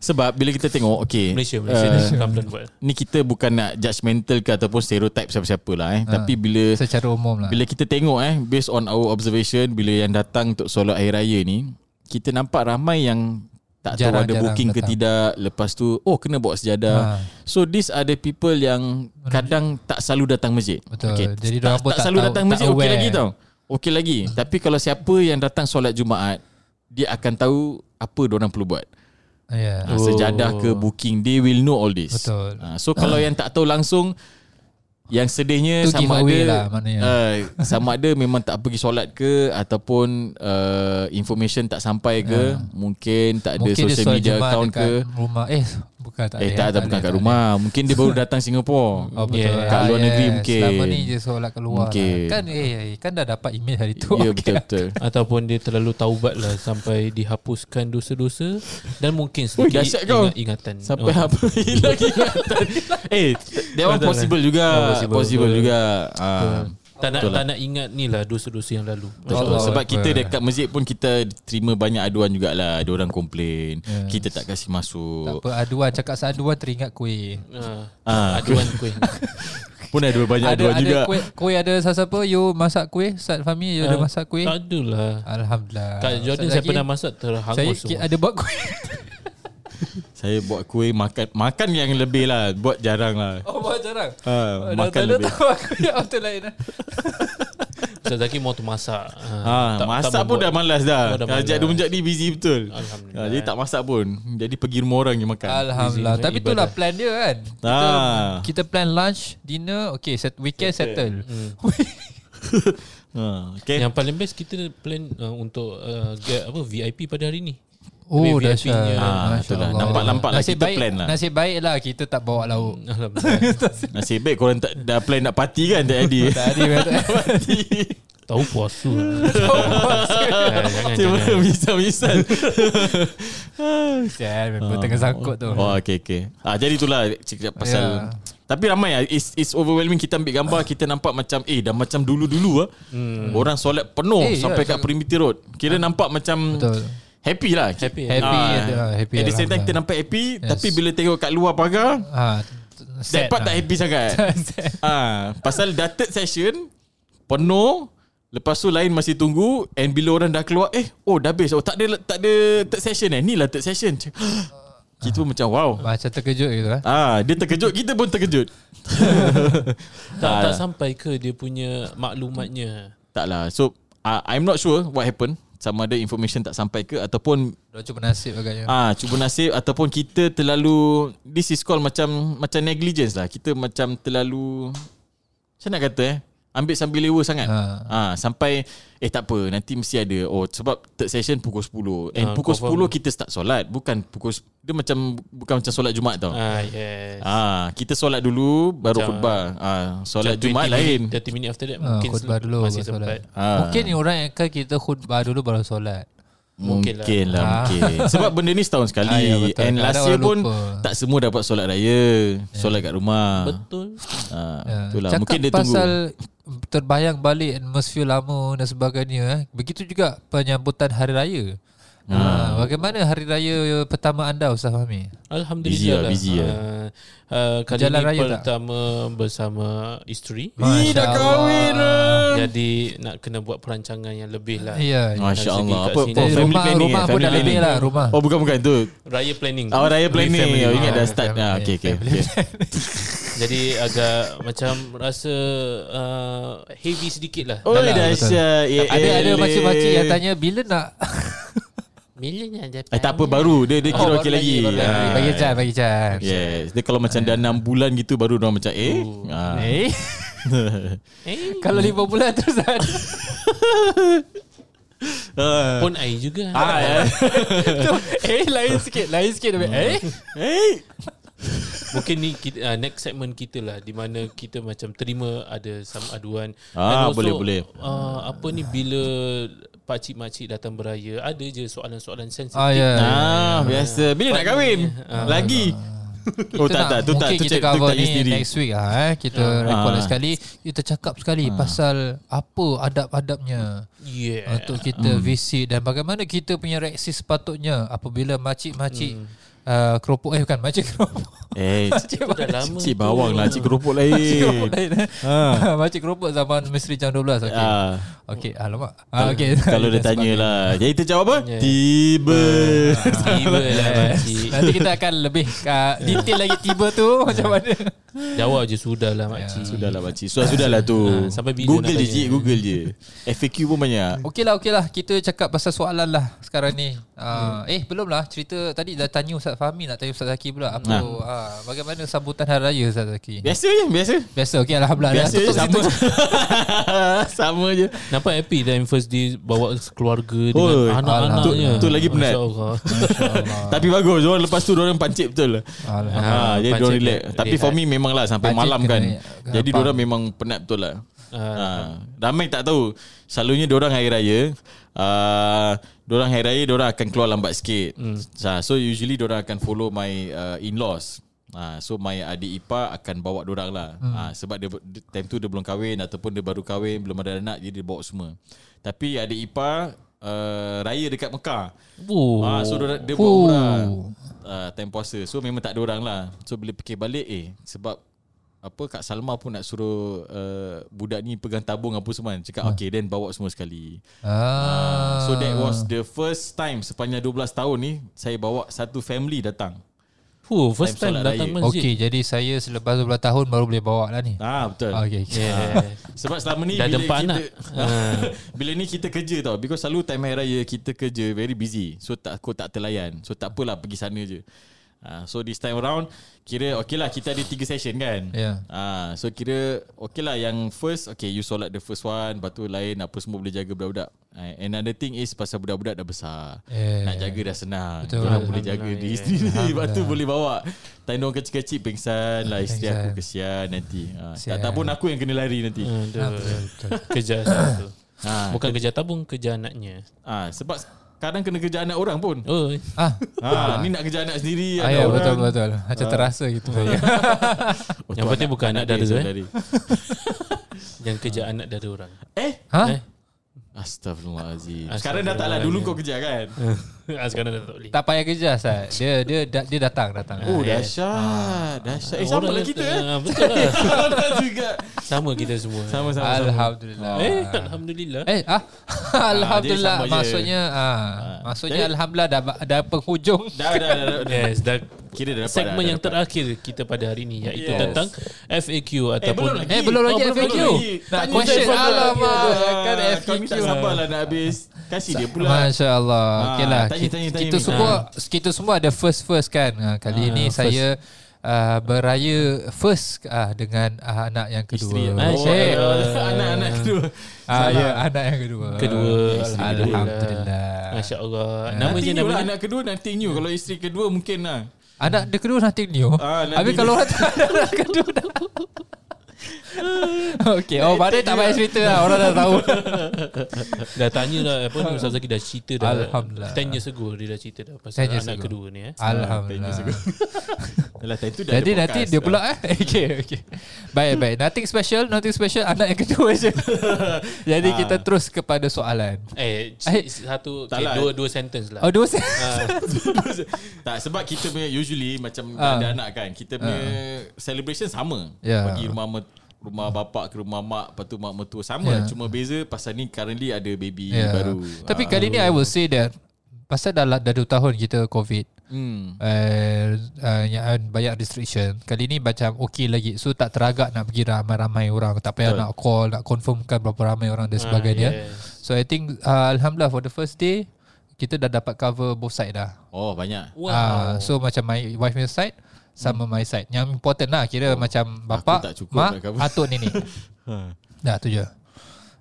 Sebab bila kita tengok okey
Malaysia Malaysia
eh,
uh, Kaplan buat.
ni kita bukan nak judgemental ke ataupun stereotype siapa-siapa lah eh.
Ah.
Tapi bila
secara umum lah.
Bila kita tengok eh based on our observation bila yang datang untuk solat air raya ni, kita nampak ramai yang tak
Jarang-
tahu ada
jarang
booking ke
datang.
tidak, lepas tu oh kena bawa sejadah. Ha.
Ah.
So these are the people yang kadang tak selalu datang masjid.
Betul.
Okey,
Jadi dorang pun
tak
tak
selalu
tahu-
datang
tak
masjid okey
aware. Hmm.
lagi tau. Okey lagi. Tapi kalau siapa yang datang solat Jumaat, dia akan tahu apa orang perlu buat.
Ya.
Ha, sejadah ke booking they will know all this.
Betul. Ah.
Ha, so kalau yang tak tahu langsung yang
Tu
sedihnya sama ada
giveaway lah maknanya.
uh, sama ada memang tak pergi solat ke ataupun uh, information tak sampai ke, mungkin tak
Ya.
ada
Mungkin dia
social
solat
media
Jumaat
account
dekat
ke.
rumah eh bukan tak ada,
Eh tak, tak, bukan kat rumah. Mungkin dia baru datang Singapura.
Oh betul.
Yeah.
Yeah.
Kat luar negeri mungkin.
Selama ni je solat keluar.
Mungkin.
Lah. Kan eh eh, kan dah dapat email hari tu.
Ya betul betul.
Ataupun dia terlalu taubat lah Sampai dihapuskan dosa-dosa Dan mungkin sedikit
dahsyat kau.
ingat- ingatan Oh,
Sampai
Oh.
apa hilang ingatan. eh, that
Betul
one
lah.
possible juga.
Oh,
Possible,
Possible,
betul.
juga. Ah.
Tak nak, tak nak ingat ni lah Dosa-dosa yang lalu
Betul.
Allah
Sebab
Akbar.
kita dekat masjid pun kita terima banyak aduan jugalah. Ada orang komplain. Yes. Kita tak kasih
Ya. Tak
masuk.
apa aduan cakap saduan teringat kuih.
Ah,
Ah.
Aduan kuih
Pun ada banyak
ada
aduan
ada
juga.
kuih, kuih ada siapa you masak kuih Ustaz Fahmi you ada
Ah,
masak *laughs* kuih?
Tak adalah
Alhamdulillah.
Kat Jordan
Ustaz
saya
Zaki,
pernah masak
saya
Terhangus
ki-
semua
ada buat kuih. *laughs*
Saya buat kuih makan makan yang lebih lah. Buat jarang lah.
Oh buat jarang.
Oh,
Ha, makan
Dah
lebih.
tahu aku yang auto lain lah.
Ustaz Zaki mau tu masak
Ha,
tak- tak
masak pun
membuat.
dah malas
Oh,
dah.
dah
Kajak
malas.
dia menjak ni busy betul.
Alhamdulillah.
Ha, jadi tak masak pun. Jadi pergi rumah orang je
Kan?
makan.
Alhamdulillah.
Busy
Tapi
dengan
itulah
ibadah.
plan dia kan.
Ha.
Kita plan lunch, dinner, okay, set, weekend settle. Hmm. *laughs*
ha, okay.
Yang paling best kita plan uh, untuk uh, get apa VIP pada hari ni.
Oh
Tapi
dahsyat
VIP-nya-
Ah,
Masya
betul lah.
Allah.
Nampak-nampak lah,
Nasib
kita
baik,
plan lah.
Nasib baik lah Kita tak bawa lauk
*laughs*
Alhamdulillah.
Nasib baik korang tak, dah plan nak party kan tak
*laughs*
jadi.
Tadi *laughs*
Tahu puasa. Ah, jangan,
Tiba *laughs*
jangan.
misal-misal.
Eh, Sial Member tengah sangkut tu
Oh okay okay ah, Jadi itulah Cakap pasal
Ya.
Tapi ramai lah it's, it's overwhelming Kita ambil gambar Kita nampak macam Eh dah macam dulu-dulu lah hmm. Orang solat penuh
Eh,
eh, Sampai
ya, Ah.
kat Perimeter Road Kira nampak macam
Betul.
Happy lah
Happy.
Happy, ada- happy,
At the same
Alhamdulillah.
time kita nampak happy yes. Tapi bila tengok kat luar pagar
ha,
That part tak happy sangat
lah. *laughs* Sad.
ah, Pasal dah third session Penuh Lepas tu lain masih tunggu And bila orang dah keluar Eh oh dah habis Oh tak ada tak ada third session eh Ni lah third session Cak- *gasps* Kita pun macam wow
Macam terkejut gitu eh.
Ah, dia terkejut, kita pun terkejut.
Tak, tak sampai ke dia punya maklumatnya.
Taklah. So uh, I'm not sure what happened. Sama ada information tak sampai ke ataupun
Dah cuba nasib
Ya.
agaknya.
ah cuba nasib ataupun kita terlalu this is called macam macam negligence lah. Kita macam terlalu macam nak kata eh ambil sambil lewa sangat. Ha. ha sampai eh tak apa nanti mesti ada oh sebab third session pukul 10
Ah,
and pukul
confirm.
10 kita start solat bukan pukul s- dia macam bukan macam solat Jumaat tau.
Ah, yes.
Ah, kita solat dulu baru
Macam-
khutbah. Ah, solat
Macam
Jumaat
20 minit-
lain.
30 minit after that
Ah,
mungkin
khutbah
sel-
dulu
masih
baru solat.
sempat.
Ah.
Mungkin ni orang yang akan kita khutbah dulu baru solat.
Mungkin lah.
Mungkin lah,
Ah. *laughs*
mungkin. Sebab benda ni setahun sekali.
Ah, ya, betul.
And
Kadang
last year
orang
pun
lupa.
tak semua dapat solat raya. Solat kat rumah.
Betul.
Ah,
Ya.
itulah.
Cakap
Mungkin dia tunggu.
pasal terbayang balik atmosphere lama dan sebagainya eh. Begitu juga penyambutan hari raya.
Ah.
Ha, bagaimana hari raya pertama anda Ustaz Fahmi?
Alhamdulillah lah.
Busy lah, busy lah.
Ah, ah, kali
Berjalan
ni
raya tak?
pertama bersama isteri.
Ih, dah
Masya
kahwin lah.
Jadi nak kena buat perancangan yang lebih lah.
Ya. ya.
Masya Allah.
Kat
Apa,
sini.
apa
Jadi
family
rumah
planning
rumah
eh?
pun
Family
dah lebih
planning.
lah rumah.
Oh bukan bukan tu.
Raya planning.
Oh raya
With
planning.
family.
Oh, ingat
Ah.
dah start.
family,
Ah, okay, okay.
family
okay.
Jadi agak macam rasa uh, heavy sedikit lah.
Oh
Dalam-
dahsyat. Eh,
Ada
eh,
ada
eh.
makcik-makcik yang tanya bila nak
Bila nak dapat?
Eh, tak apa baru dia
Oh,
dia kira
baru
okey lagi.
lagi, baru lagi.
Ah,
bagi jam bagi jam.
Yes. Dia kalau macam dah 6 bulan gitu baru dia orang macam eh. Ah.
Eh,
Eh,
kalau lima bulan terus ada.
Ah.
pun air juga.
Ah,
ya.
eh.
tu, eh lain sikit, lain sikit. dia- Eh,
Eh.
Mungkin ni kita, uh, next segment kita lah di mana kita macam terima ada sama aduan.
Ah, boleh, boleh.
Uh, apa ni bila pakcik makcik datang beraya ada je soalan-soalan sensitif.
Ah, ya.
Ah, biasa. Bila nak kahwin? Lagi. Oh
Kita
tak
nak-
tak tu tak
mungkin
tu
kita
cek tu
cover
tak
ni
sendiri.
next week ah eh. kita record lagi sekali kita cakap sekali
Ah.
pasal apa adab-adabnya
Yeah.
untuk
Eh,
kita
hmm.
visit dan bagaimana kita punya reaksi sepatutnya apabila makcik-makcik
Hmm.
uh, keropok eh bukan makcik
*laughs*
keropok
Eh,
Makcik
Dah lama.
cik
tu.
bawang lah, cik keropok lain.
keropok lain, eh.
Ha.
*laughs* Makcik keropok zaman misteri jam 12 okey.
Ah,
Okey, alamak. Ah, okey.
kalau
*laughs*
dia tanya lah. Jadi kita jawab apa?
Yeah.
Tiba.
Tiba
*laughs*
lah makcik.
Nanti kita akan
*laughs*
lebih uh,
Ya.
detail lagi tiba tu macam mana.
Jawab je sudah lah
Ya,
makcik.
Sudahlah makcik. Sudah sudahlah tu.
Ah, sampai bila
Google
nak
je
tanya?
cik, Google je. FAQ pun banyak.
Okey lah, okey lah. Kita cakap pasal soalan lah sekarang ni. Uh,
Hmm.
Eh, belum lah. Cerita tadi dah tanya Ustaz Fahmi, nak tanya Ustaz Zaki pula. Apa,
Ha.
ah, bagaimana sambutan Hari Raya Ustaz Zaki?
Biasa je, biasa. *laughs*
Biasa, okey Alhamdulillah.
Biasa je,
Tutup
sama.
situ.
*laughs* Sama je.
Nampak happy dan first day bawa keluarga
Oi,
dengan anak-anaknya.
tu- tu lagi penat.
InsyaAllah.
*laughs* Tapi bagus, orang lepas tu orang pancit betul lah.
Alhamdulillah.
Ha, jadi
pancit
dia relax.
dia
Tapi for me memang lah sampai
Pancit
malam
kena
kan.
relax.
Jadi
Gampang.
dia memang penat betul lah.
Ah,
Ha, ramai tak tahu. Selalunya dia hari raya, uh, dia hari raya dia akan keluar lambat sikit.
Hmm.
Ha, so usually dia akan follow my uh, in-laws. Ha, so my adik ipar akan bawa dia lah. Ha,
Hmm.
sebab dia dia- time tu dia belum kahwin ataupun dia baru kahwin, belum ada anak jadi dia bawa semua. Tapi adik ipar uh, raya dekat Mekah.
Oh.
Ah, so dia, dia buat umrah uh, Time puasa So memang tak ada orang lah So bila fikir balik Eh sebab Apa Kak Salma pun nak suruh uh, Budak ni pegang tabung apa semua kan. Cakap okay then bawa semua sekali
Ah.
So that was the first time Sepanjang 12 tahun ni Saya bawa satu family datang
Fuh, first
Time
time,
solat
datang
raya.
masjid.
Okey, jadi saya selepas 12 tahun baru boleh bawa lah ni.
Ah betul
Ah, Okey,
Ya,
okey.
Yeah.
Sebab selama ni
Dah
bila
dempak
kita
anak.
*laughs* bila ni kita kerja tau because selalu time hari raya kita kerja very busy. So tak aku tak terlayan. So tak apalah pergi sana je. Ah, so this time around kira okay lah kita ada tiga session kan.
Ya.
Ah, so kira okay lah yang first okay you solat the first one, lepas tu lain apa semua boleh jaga budak-budak. Ah, another thing is pasal budak-budak dah besar.
Eh.
Nak jaga dah senang.
Betul. ya,
Orang boleh jaga diri sendiri. Lepas tu boleh bawa. Time diorang kecil-kecil pingsan lah
Pingsan.
isteri
Hmm.
aku kesian nanti. Ah,
Kesian.
tak, tak pun aku yang kena lari nanti.
Aduh. Kerja tu.
Ha,
Bukan kerja tabung, kerja anaknya.
ha, sebab kadang kena kerja anak orang
*laughs*
pun.
Oh,
*laughs* Ah,
Ha, ni nak kerja anak sendiri.
ah
anak
ya,
orang.
betul betul. Macam terasa gitu. *laughs*
Oh, tu
Yang penting bukan anak dara, eh?
saudari.
yang kerja anak dari
*laughs*
orang.
Eh?
Ha?
Eh?
Astagfirullahalazim. Sekarang dah tak lah. Dulu kau kerja kan?
Ah, Sekarang dah tak boleh.
Tak payah kerja Ustaz. Dia dia dia datang datang. Ah.
Oh, dahsyat. Dahsyat. Eh,
eh,
sama
Orang
lah
kata,
kita eh. *laughs*
ah, Betul lah.
Sama juga.
Sama Eh? kita semua.
Sama-sama. sama.
Alhamdulillah.
Eh, Alhamdulillah.
*laughs* Eh ah
Ah,
alhamdulillah
jadi sama je.
maksudnya ah
Ha,
Alhamdulillah.
Maksudnya Alhamdulillah dah, dah penghujung
Dah dah dah, dah, dah.
Yes, dah
Kira dah dapat
segmen
dah,
yang
dah dapat.
terakhir kita pada hari ini iaitu
Yes.
tentang FAQ ataupun
belum lagi.
Eh belum lagi
Oh, belum
FAQ
lagi.
Nak
Tanya
question
saya pasal-
Alamak Kan
Kami tak
FAQ
sabarlah lah, nak habis Kasih dia pula
Masya Allah
Ah,
okay lah.
tanya,
Kita,
tanya, tanya Ah.
kita
ni.
semua Kita semua ada first-first kan Ah, Kali
Ah,
ini
first.
saya ah, Beraya first ah, Dengan ah, anak yang
Isteri
kedua
yang-
Ah,
Oh,
Syed.
eh, Anak-anak kedua
ah, ya, Anak yang kedua
kedua
Alhamdulillah
Masya Allah Nama je
Nothing new
nama
lah
dia
Anak kedua nothing new Kalau isteri kedua mungkin lah
Anak dia kedua nanti new
Ah, nothing
Habis kalau orang tak ada anak kedua
*laughs*
dah Okay Oh maknanya tak payah cerita lah Orang dah tahu
Dah tanya dah Apa ni Ustaz Zaki dah cerita dah
Alhamdulillah. Ah.
10 years ago Dia dah cerita dah Pasal
10 years
anak
ago.
kedua ni eh.
Alhamdulillah
Yalah time tu dah
Jadi
ada
nanti
podcast
dia
dah.
pula eh *laughs* Okay okay Baik baik Nothing special Nothing special Anak yang kedua
*laughs*
je Jadi
Ah.
kita terus kepada soalan
Eh, c-
Eh,
satu
tak
okay,
lah.
dua dua sentence lah.
Oh dua sen
Ah,
*laughs*
Tak sebab kita punya Usually macam
Ah.
dah Ada anak kan Kita punya Celebration sama
Ya.
Pergi rumah met- rumah bapak ke rumah mak Lepas tu mak mertua sama
Ya.
Cuma beza pasal ni currently ada baby
Yeah.
baru
Ya. Tapi
Ah.
kali ni I will say that Pasal dah, la- dah 2 tahun kita COVID
Hmm.
uh, uh, Yang banyak restriction Kali ni macam okay lagi So tak teragak nak pergi ramai-ramai orang Tak payah nak call Nak confirmkan berapa ramai orang dan
Ah,
sebagainya
Ah, yes.
So I think uh, Alhamdulillah for the first day Kita dah dapat cover both side dah
Oh banyak
Wow.
Ah, so macam my wife punya side sama my side. Yang important lah kira macam
Hmm. Oh, tak
bapa,
cukup
mak,
nak cover. Ha.
atuk
*laughs*
nenek. Dah tu je.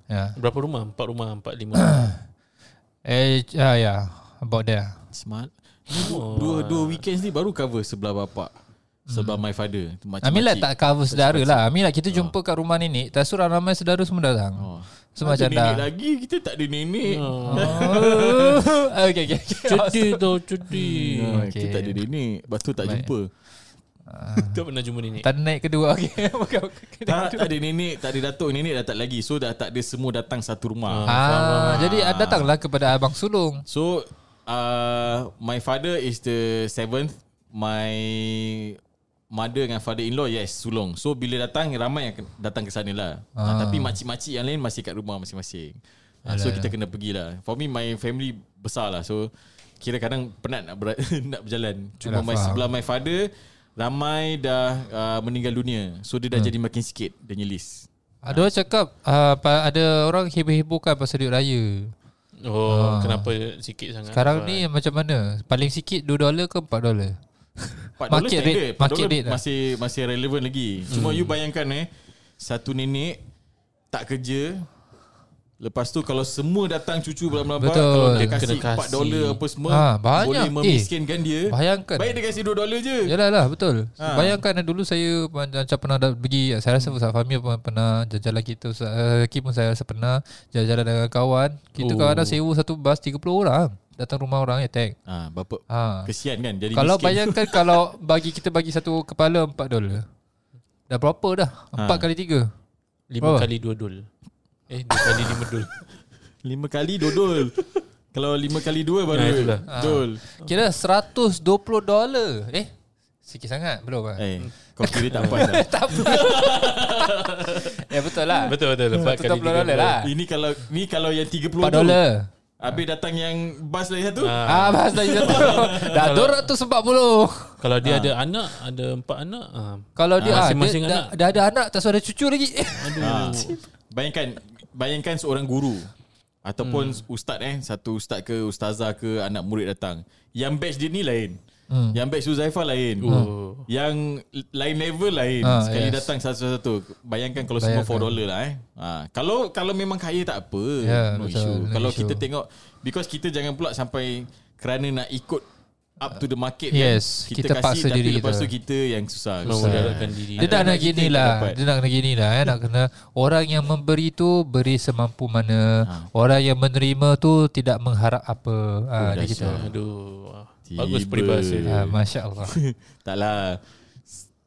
Ya.
Berapa rumah? Empat rumah, empat
*coughs*
lima.
Eh ah, ya, about there.
Smart dua, dua, dua weekends ni baru cover sebelah bapak Sebelah my father macam Ah.
Amin Hmm. lah tak cover saudara lah. Amin lah kita jumpa kat rumah nenek. Tak surah ramai saudara semua datang. Oh. So
Ada
macam
nenek
dah.
lagi Kita tak ada
*laughs*
nenek Hmm,
Oh. okay, okay, okay.
Cuti tau, cuti.
Ah,
okay.
Kita tak ada nenek Lepas tu tak
Baik.
jumpa
Tak pernah jumpa nenek.
*laughs* Tak naik kedua. Okay. *laughs* bukan, bukan.
tak, tak ada nenek Tak ada datuk Nenek dah tak lagi So dah tak ada semua datang satu rumah
Ah, jadi ah, datanglah kepada abang sulung.
So uh, My father is the seventh My Mother dengan father-in-law Yes sulung So bila datang Ramai yang ke- datang ke sana lah ah. Tapi makcik-makcik yang lain Masih kat rumah masing-masing ah, So kita kena pergi lah For me my family Besar lah So Kira kadang penat nak, ber- *laughs* nak berjalan Cuma
Yalah,
my,
faham.
sebelah my father Ramai dah uh, meninggal dunia So dia dah jadi makin sikit Dia nyelis
Ada orang cakap ah, pa- ada orang heboh-hebohkan pasal duit raya.
Oh, kenapa sikit sangat?
Ah. Sekarang ni macam mana? Paling sikit 2 dolar ke 4 dolar? Market
$4
rate,
standard. $4
market rate lah. Hmm.
masih masih relevan lagi. Cuma you bayangkan eh satu nenek tak kerja lepas tu kalau semua datang cucu belambat-belambat
Betul.
kalau dia
Dia
kasih
kena
4 dolar
kasih.
apa semua
Ah, banyak.
boleh
Eh,
memiskinkan dia.
Bayangkan.
Baik dia kasih 2 dolar je.
Yalah lah betul.
Ha.
Ha. Bayangkan dulu saya macam pernah dah pergi saya rasa Ustaz Fahmi pun pernah jalan-jalan kita Ustaz uh, Hakim pun saya rasa pernah jalan-jalan dengan kawan. Kita
Oh.
oh. kadang sewa satu bas 30 orang datang rumah orang attack.
Ah bapa
Ha.
kesian kan jadi
Kalau
miskin.
bayangkan kalau bagi kita bagi satu kepala 4 dolar. Dah berapa dah? 4
Ha.
kali 3.
lima
berapa?
kali dua dol. Eh, dua kali lima dol.
5 kali
*laughs*
dodol. kalau 5 kali 2 baru
Ya, itulah.
Ah.
dol.
Kira 120 dolar. Eh, sikit sangat belum ah.
Eh kau kira tak puas lah.
*laughs* Tak apa. ya *laughs* betul lah.
Betul betul. Empat
Betul
kali
puluh dolar lah.
Ini kalau ni kalau yang 30
4
tu.
dolar.
Habis datang yang bas lagi satu.
Ah, *laughs* bahas lagi satu. Dah 240.
Kalau dia ada anak, ada empat anak. ah.
Kalau dia, ah,
masing-masing
dia dah,
anak.
dah ada anak tak suruh ada cucu lagi. *laughs*
Ha. Bayangkan bayangkan seorang guru ataupun hmm. ustaz eh satu ustaz ke ustazah ke anak murid datang. Yang batch dia ni lain. Hmm. Yang batch Uzaifah lain.
Oh.
Yang lain level lain.
Ah,
Sekali
yes.
datang satu-satu. Bayangkan kalau semua 4
Bayangkan.
dollar lah eh. Ha. kalau kalau memang kaya tak apa.
Ya,
no
betul.
issue.
No
kalau
issue.
kita tengok because kita jangan pula sampai kerana nak ikut up to the market
Yes,
kan.
kita paksa
tapi
diri
lepas
kita.
tu kita yang susah. kan,
Memudaratkan diri.
dia dah nak
kita
gini
yang
lah.
dapat.
Dia nak gini lah. Eh. Nak kena orang yang memberi tu beri semampu mana. Orang yang menerima tu tidak mengharap apa. Ah, dia gitu.
Aduh. ah. Bagus
Tiba.
peribahasa.
Ah, Masya Allah.
*laughs* Taklah.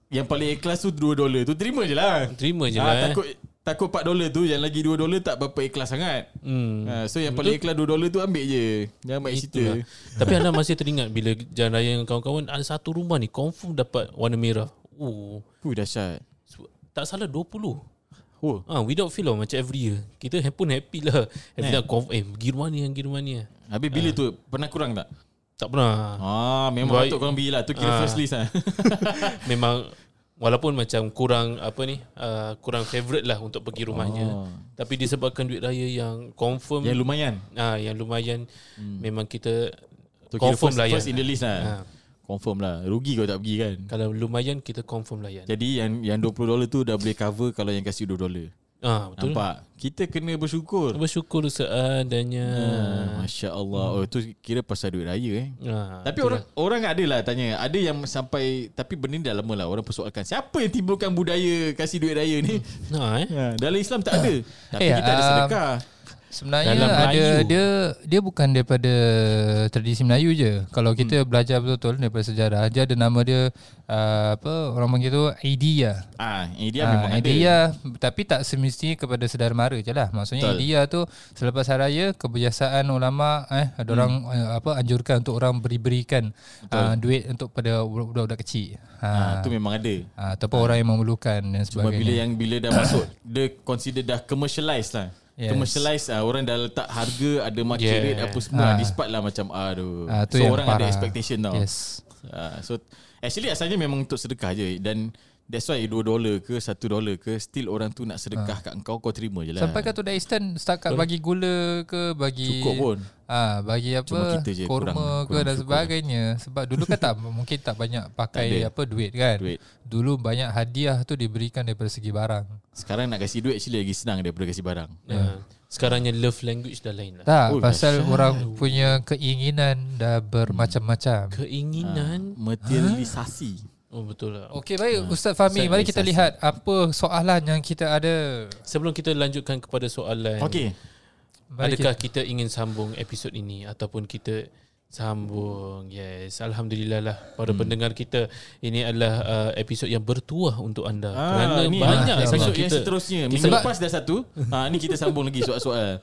Yang paling ikhlas tu 2 dolar tu terima je lah.
Terima je
Ah,
lah, eh.
Takut takut 4 dolar tu yang lagi 2 dolar tak berapa ikhlas sangat.
Hmm.
Ha, so yang paling ikhlas 2 dolar tu ambil je. Jangan baik cerita.
Itulah. Tapi anda masih teringat bila jalan raya dengan kawan-kawan ada satu rumah ni confirm dapat warna merah. Oh,
Hu dahsyat.
se- tak salah 20.
Oh.
Ah, we don't feel lah macam every year. Kita pun happy lah. Happy
Eh.
lah. Kau, eh, pergi rumah ni, pergi rumah ni. eh.
Habis bila tu pernah kurang tak?
Tak
*laughs*
pernah.
Ah, memang
Ah. Baik.
patut korang pergi lah. Tu kira
Ah.
first
*laughs*
list lah.
Memang walaupun macam kurang apa ni, uh, kurang favourite lah untuk pergi rumahnya.
Oh.
Tapi disebabkan duit raya yang confirm
Yang Ya, lumayan.
ah yang lumayan hmm. memang kita
Tu kira
confirm
first,
layan.
first in the list
Ha.
lah. Confirm lah. Rugi kau tak pergi kan?
Kalau lumayan kita confirm layan.
Jadi yang yang 20 dolar tu dah boleh cover kalau yang kasi 2 dolar.
Ah betul.
Nampak? Kita kena bersyukur.
Bersyukur seadanya.
Ah, Masya Allah. Oh, tu kira pasal duit raya eh.
Ah,
Tapi orang orang ada lah tanya. Ada yang sampai tapi benda ni dah lama lah orang persoalkan. Siapa yang timbulkan budaya kasih duit raya ni? *laughs*
nah eh.
Ha, dalam Islam tak ada. Tapi
Eh,
kita ada
um,
sedekah.
Sebenarnya
Dalam
ada
Melayu.
dia dia bukan daripada tradisi Melayu je. Kalau kita hmm. belajar betul-betul daripada sejarah, dia ada nama dia uh, apa orang panggil tu Idea.
Ah, ha, dia memang ada.
Idea tapi tak semestinya kepada saudara mara je lah. Maksudnya
Betul.
Idea tu selepas hari raya kebiasaan ulama eh ada orang
Hmm.
eh, apa anjurkan untuk orang beri-berikan uh, duit untuk pada budak-budak kecil. Ha,
Ah, tu memang ada.
ha, ataupun orang yang memerlukan dan
Ah. Cuma
sebagainya.
bila yang bila dah masuk *coughs* dia consider dah commercialize lah.
Yes.
Commercialize ah orang dah letak harga ada market
Yeah.
rate apa semua. Ha. This part lah macam aduh.
Ah, tu
so
yang
orang ada
parah.
expectation tau.
Yes.
Ah, so actually asalnya memang untuk sedekah je dan that's why 2 dolar ke 1 dolar ke still orang tu nak sedekah kat engkau kau terima je lah.
Sampai kat tu dah instant setakat bagi gula ke bagi
cukup pun.
Ah ha, bagi apa
Cuma kita je
korma
kurang-
kurang, ke
kurang
dan
syukur.
sebagainya sebab dulu kan
*laughs*
tak mungkin tak banyak
Tak
pakai
ada.
apa duit kan.
Duit.
Dulu banyak hadiah tu diberikan daripada segi barang.
Sekarang nak kasih duit actually lagi senang daripada kasih barang.
Ah, Sekarangnya love language dah lain lah.
Tak
Oh,
pasal orang punya keinginan dah
Hmm.
bermacam-macam.
Keinginan.
Materialisasi.
Oh betul lah.
Okey baik Ustaz Fahmi mari kita lihat apa soalan yang kita ada.
Sebelum kita lanjutkan kepada soalan.
Okey.
Mari
Adakah kita ingin sambung episod ini ataupun kita sambung? Yes, alhamdulillah lah para hmm. pendengar kita. Ini adalah uh, episod yang bertuah untuk anda ah, kerana
ni
banyak
ah,
sangat
episod yang
kita.
seterusnya. Minggu
Sebab-
lepas dah satu. ha, ni kita sambung lagi soal-soal.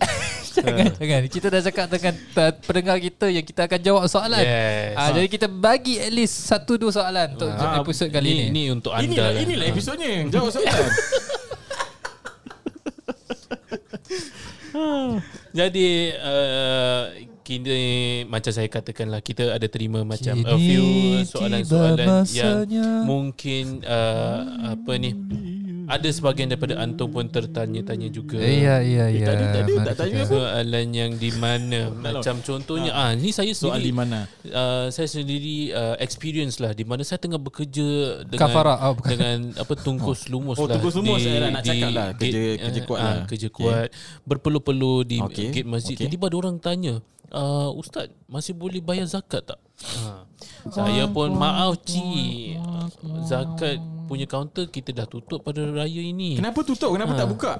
Jangan, jangan. Kita dah cakap *laughs* dengan uh, pendengar kita yang kita akan jawab soalan.
Yes.
Ah, Jadi kita bagi at least satu dua soalan untuk
Ah,
episod kali
ini,
ni.
Ini untuk anda.
inilah
lah.
inilah
Ah.
episodnya. Jawab
*laughs*
soalan.
Jadi uh, kini macam saya katakanlah kita ada terima macam
Kini
a few
tiba
soalan-soalan yang
masanya.
mungkin uh, apa ni ada sebagian daripada antum pun tertanya-tanya juga.
Ya ya ya.
tadi- tadi
Mari
tak
kita-
tanya.
Soalan yang di mana Macam contohnya ah Ni saya sendiri
Soal di mana?
uh, Saya sendiri uh, Experience lah Di mana saya tengah bekerja Dengan
Kafara. Oh, bukan.
Dengan apa Tungkus lumus
Oh,
lah
tungkus lumus. Eh, lah, nak cakap lah. Kerja- kerja kuat lah.
ah, Kerja kuat Berpeluh-peluh Di
Okey,
okay. gate masjid
okey.
Tiba-tiba ada orang tanya uh, Ustaz Masih boleh bayar zakat tak? Ha. Saya pun maaf cik Zakat punya kaunter Kita dah tutup pada raya ini
Kenapa tutup? Kenapa
Ah.
tak buka?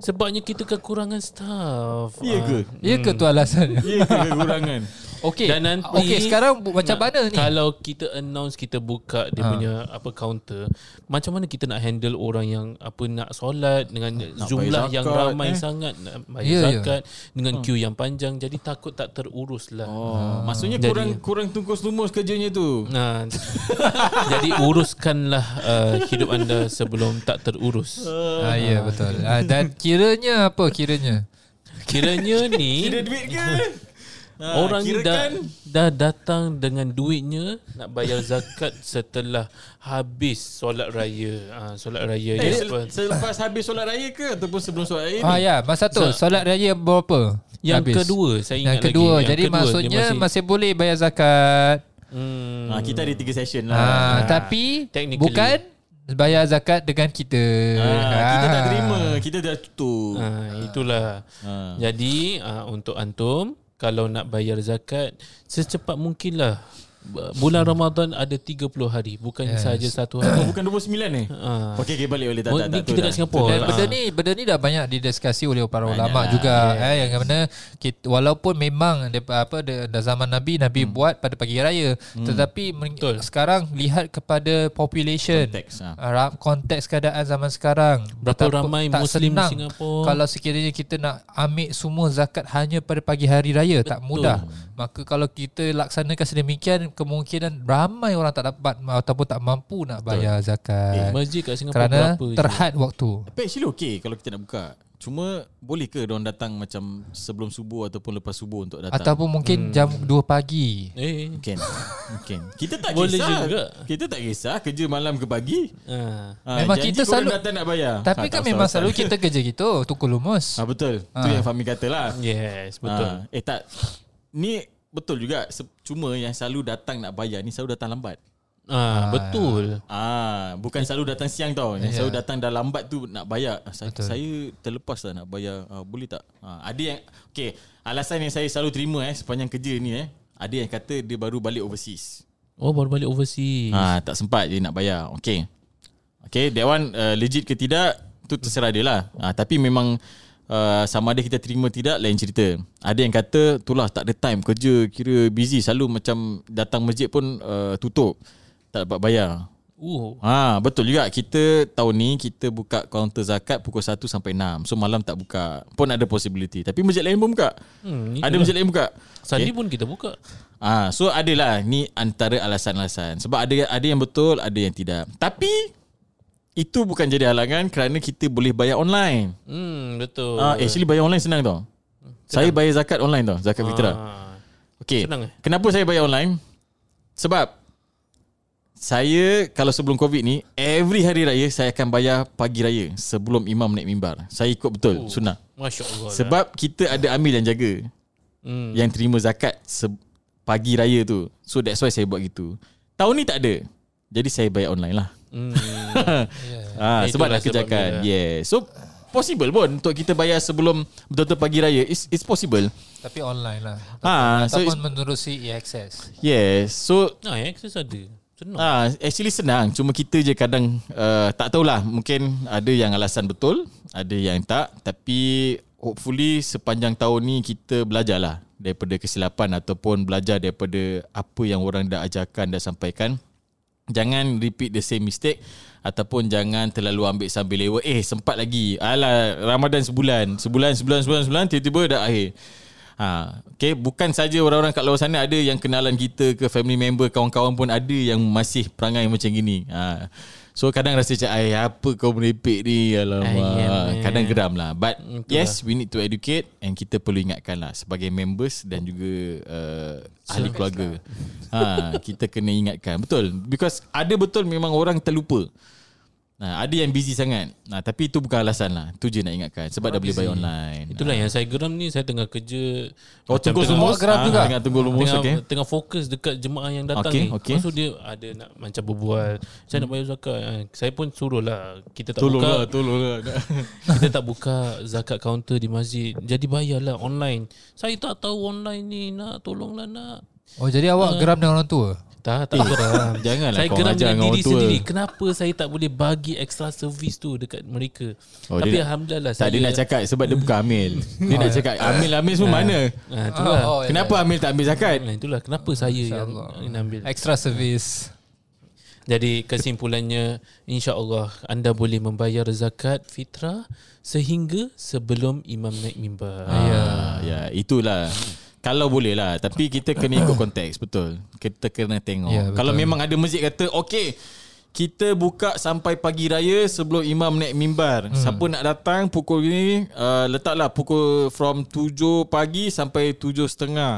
Sebabnya kita kekurangan staff
Ya ke?
Ah.
Ya ke tu alasan?
Ya ke kekurangan?
Okey. Ah,
Dan nanti
Okey sekarang bu- macam
nak-
mana ni?
Kalau kita announce kita buka dia punya apa counter, macam mana kita nak handle orang yang apa nak solat dengan jumlah
bayar
yang
zakat,
ramai
eh?
sangat nak bayar
Ya,
yeah,
ya.
zakat dengan queue yang panjang jadi takut tak terurus lah.
Oh, maksudnya kurang kurang tungkus lumus kerjanya tu.
Nah, Ha. *laughs* jadi uruskanlah uh, hidup anda sebelum tak terurus.
ah, ya betul. Ah, dan kiranya apa kiranya?
Kiranya ni
*laughs* Kira duit
*laughs*
ke? Ha,
Ah,
Orang ni dah,
kan
kirakan.
dah datang dengan duitnya nak bayar zakat setelah habis solat raya. Ha, solat raya
Eh,
ya,
sel-
apa?
selepas habis solat raya ke ataupun sebelum solat raya
Ah
ni?
ya, masa tu solat raya berapa?
Yang
Habis.
kedua saya ingat
Yang kedua.
lagi. Yang
Jadi
kedua, dia
maksudnya masih, boleh bayar zakat.
hmm,
Ha, kita ada tiga session lah.
Ah, tapi
technically.
bukan bayar zakat dengan kita.
Ah, kita tak
Ah.
terima. Kita dah tutup.
ha, itulah.
Ha.
Jadi ha, untuk antum kalau nak bayar zakat secepat mungkinlah. Bu- Bulan Ramadan ada 30 hari bukan yes. sahaja satu
Oh, *coughs*
hari.
bukan 29 ni?
Ah.
Ha.
Okey, okay, balik boleh tak
Oh,
tak
ni
tak.
kita
tu
kat
dah.
Singapura.
Tu
Dan
Ah.
benda ni benda ni dah banyak didiskusi oleh para
Banyak
ulama
lah.
juga eh yang mana kita, walaupun memang dia- apa dia- dah zaman Nabi Nabi hmm. buat pada pagi raya hmm. tetapi men- sekarang lihat kepada population
Konteks, ah.
ah. konteks keadaan zaman sekarang
Berapa
Betapa-
ramai
tak
Muslim
senang
Singapura.
kalau sekiranya kita nak ambil semua zakat hanya pada pagi hari raya Betul. tak mudah maka kalau kita laksanakan sedemikian kemungkinan ramai orang tak dapat ataupun tak mampu nak bayar zakat.
Ah, Masjid kat Singapura
kerana
Eh, berapa je?
terhad waktu.
Tapi actually okay Kalau kita nak buka Cuma boleh ke Diorang datang macam Sebelum subuh Ataupun lepas subuh Untuk datang
Ataupun mungkin jam 2 pagi.
Hmm.
Eh.
Mungkin Mungkin Kita tak
Boleh
kisah
juga.
Kita tak kisah Kerja malam ke pagi
Ha.
ha,
Memang
janji
kita
korang
selalu-
datang nak bayar
Tapi
Ha,
kan
tak
memang
usah,
selalu Ah.
tak usah.
kita kerja gitu
*laughs*
Tukul lumus
ha, Betul Itu yang Fahmi kata lah
Yes, betul.
ha. Eh tak Ni betul juga Se- Cuma yang selalu datang nak bayar Ni selalu datang lambat
Ha, betul.
Ah, bukan selalu datang siang tau. Yang
Ya.
selalu datang dah lambat tu nak bayar. Ah, Saya, saya terlepas lah nak bayar. Ah, boleh tak? Ah, ada yang okay. Alasan yang saya selalu terima eh sepanjang kerja ni eh. Ada yang kata dia baru balik overseas.
Oh, baru balik overseas.
Ah, tak sempat jadi nak bayar. Okay. Okay, that one uh, legit ke tidak tu terserah dia lah. Ah, tapi memang uh, sama ada kita terima tidak lain cerita. Ada yang kata itulah tak ada time kerja kira busy selalu macam datang masjid pun uh, tutup. Tak dapat bayar.
Oh.
Ha, betul juga. Kita tahun ni kita buka kaunter zakat pukul 1 sampai 6. So malam tak buka. Pun ada possibility. Tapi masjid lain pun buka.
Hmm,
ada masjid Eh. lain buka.
Sunday pun kita buka.
Ah, so adalah ni antara alasan-alasan. Sebab ada ada yang betul, ada yang tidak. Tapi itu bukan jadi halangan kerana kita boleh bayar online.
Hmm, betul.
Ah, actually bayar online senang tau. Saya bayar zakat online tau, zakat fitrah.
Ah.
Okay.
Senang eh?
Kenapa saya bayar online? Sebab saya kalau sebelum COVID ni every hari raya saya akan bayar pagi raya sebelum imam naik mimbar. Saya
Oh.
ikut betul sunnah.
Masya Allah. lah.
Sebab kita ada amil yang jaga
Hmm.
yang terima zakat se- pagi raya tu. So that's why saya buat gitu. Tahun ni tak ada. Jadi saya bayar online lah. *laughs*
Hmm.
Ah,
Itulah
sebab nak
sebabnya
kerjakan.
lah.
Yeah. So possible pun untuk kita bayar sebelum betul-betul pagi raya. It's, it's possible.
Tapi online lah
Ah,
Ataupun E
so it's,
menerusi e-access
yes. So
Nah, access Ah, ada. Senang.
Ah, actually senang. Cuma kita je kadang uh, tak tahulah. Mungkin ada yang alasan betul, ada yang tak. Tapi hopefully sepanjang tahun ni kita belajarlah daripada kesilapan ataupun belajar daripada apa yang orang dah ajarkan dah sampaikan. Jangan repeat the same mistake ataupun jangan terlalu ambil sambil lewa. Eh sempat lagi. Alah Ramadan sebulan, sebulan, sebulan, sebulan, sebulan tiba-tiba dah akhir. Ha, okay, bukan saja orang-orang kat luar sana ada yang kenalan kita ke family member, kawan-kawan pun ada yang masih perangai macam gini. Ha. So kadang rasa macam Ay, apa kau merepek ni
ya,
Alamak
Ayam,
Kadang geram lah But yes we need to educate And kita perlu ingatkan lah Sebagai members dan juga uh,
lah.
Ahli keluarga *laughs* ha, Kita kena ingatkan Betul Because ada betul memang orang terlupa Nah, ada yang busy sangat. Nah, tapi itu bukan alasan lah. Itu je nak ingatkan. Sebab dah boleh buy online.
Itulah yang saya geram ni Saya tengah kerja
Oh,
macam
tunggu
tengah-
lumus.
geram
Ah,
juga.
Tengah tunggu lumus,
tengah,
okay.
tengah fokus dekat jemaah yang datang
Okey,
ni.
okey.
Lepas tu dia ada nak macam berbual. Saya nak bayar zakat. Ah, Saya pun suruh lah. Kita tak buka.
Tolonglah, tolonglah.
Kita tak buka zakat kaunter di masjid. Jadi bayarlah online. Saya tak tahu online ni. Nak tolonglah nak.
Oh jadi
Hmm.
awak geram dengan orang tua
Tak, tak geram.
Eh, *laughs*
*laughs*
Janganlah
Saya
kau
geram
ajar
dengan
dengan
diri
orang tua.
sendiri. Kenapa saya tak boleh bagi extra service tu dekat mereka?
Oh,
Tapi
dia nak-
Alhamdulillah
tak,
saya...
dia nak cakap sebab dia bukan Amil. Dia nak cakap, Amil, Amil semua mana?
Ah, itulah.
ya. Oh, oh, ya,
lah. Kenapa Amil tak ambil zakat?
Nah, itulah kenapa saya yang, yang ambil.
Extra service
Jadi kesimpulannya insya-Allah anda boleh membayar zakat fitrah sehingga sebelum imam naik mimbar.
Ya, ya, itulah. Kalau boleh lah Tapi kita kena ikut konteks Betul Kita kena tengok
Ya,
yeah,
betul.
Kalau memang ada masjid kata Okay Kita buka sampai pagi raya Sebelum imam naik mimbar hmm. Siapa nak datang Pukul ni uh, Letaklah pukul From 7 pagi Sampai 7.30 ah,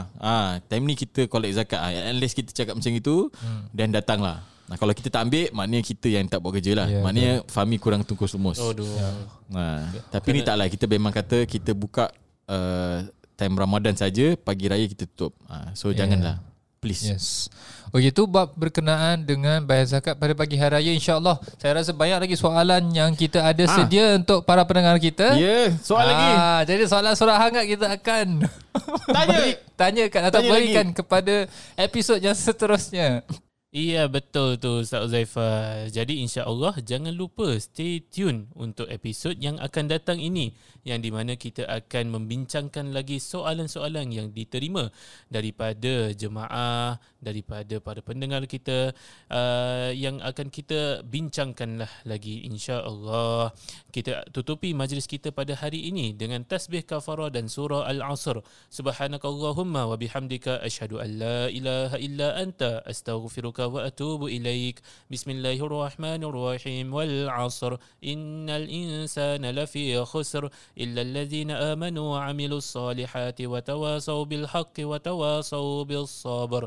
Time ni kita collect zakat ah, Unless kita cakap macam itu
Hmm.
Dan datanglah Nah, kalau kita tak ambil Maknanya kita yang tak buat kerja lah
Ya,
yeah, Maknanya Fahmi kurang tungkus lumus
Aduh.
Ha, tapi ni taklah kita memang kata kita buka uh, time Ramadan saja pagi raya kita tutup. Ha, so yeah. janganlah. Please. Yeah.
Yes Okey tu bab berkenaan dengan bayar zakat pada pagi hari raya insyaAllah Saya rasa banyak lagi soalan yang kita ada
Ah.
sedia untuk para pendengar kita
yeah Ya, soal lagi.
Eh? Ah, jadi soalan-soalan hangat kita akan
Tanya.
*laughs* beri, tanyakan atau
Tanya
tanya berikan lagi. kepada episod yang seterusnya.
Iya betul tu Ustaz Uzaifa. Jadi insya-Allah jangan lupa stay tune untuk episod yang akan datang ini yang di mana kita akan membincangkan lagi soalan-soalan yang diterima daripada jemaah daripada para pendengar kita uh, yang akan kita bincangkanlah lagi insya-Allah. Kita tutupi majlis kita pada hari ini dengan tasbih kafarah dan surah Al-Asr. Subhanakallahumma wa bihamdika asyhadu an la ilaha illa anta astaghfiruka wa atubu ilaik. Bismillahirrahmanirrahim. Wal 'asr. Innal insana lafi khusr illa alladhina amanu wa 'amilus salihati wa tawasaw bil haqqi wa tawasaw bis sabr.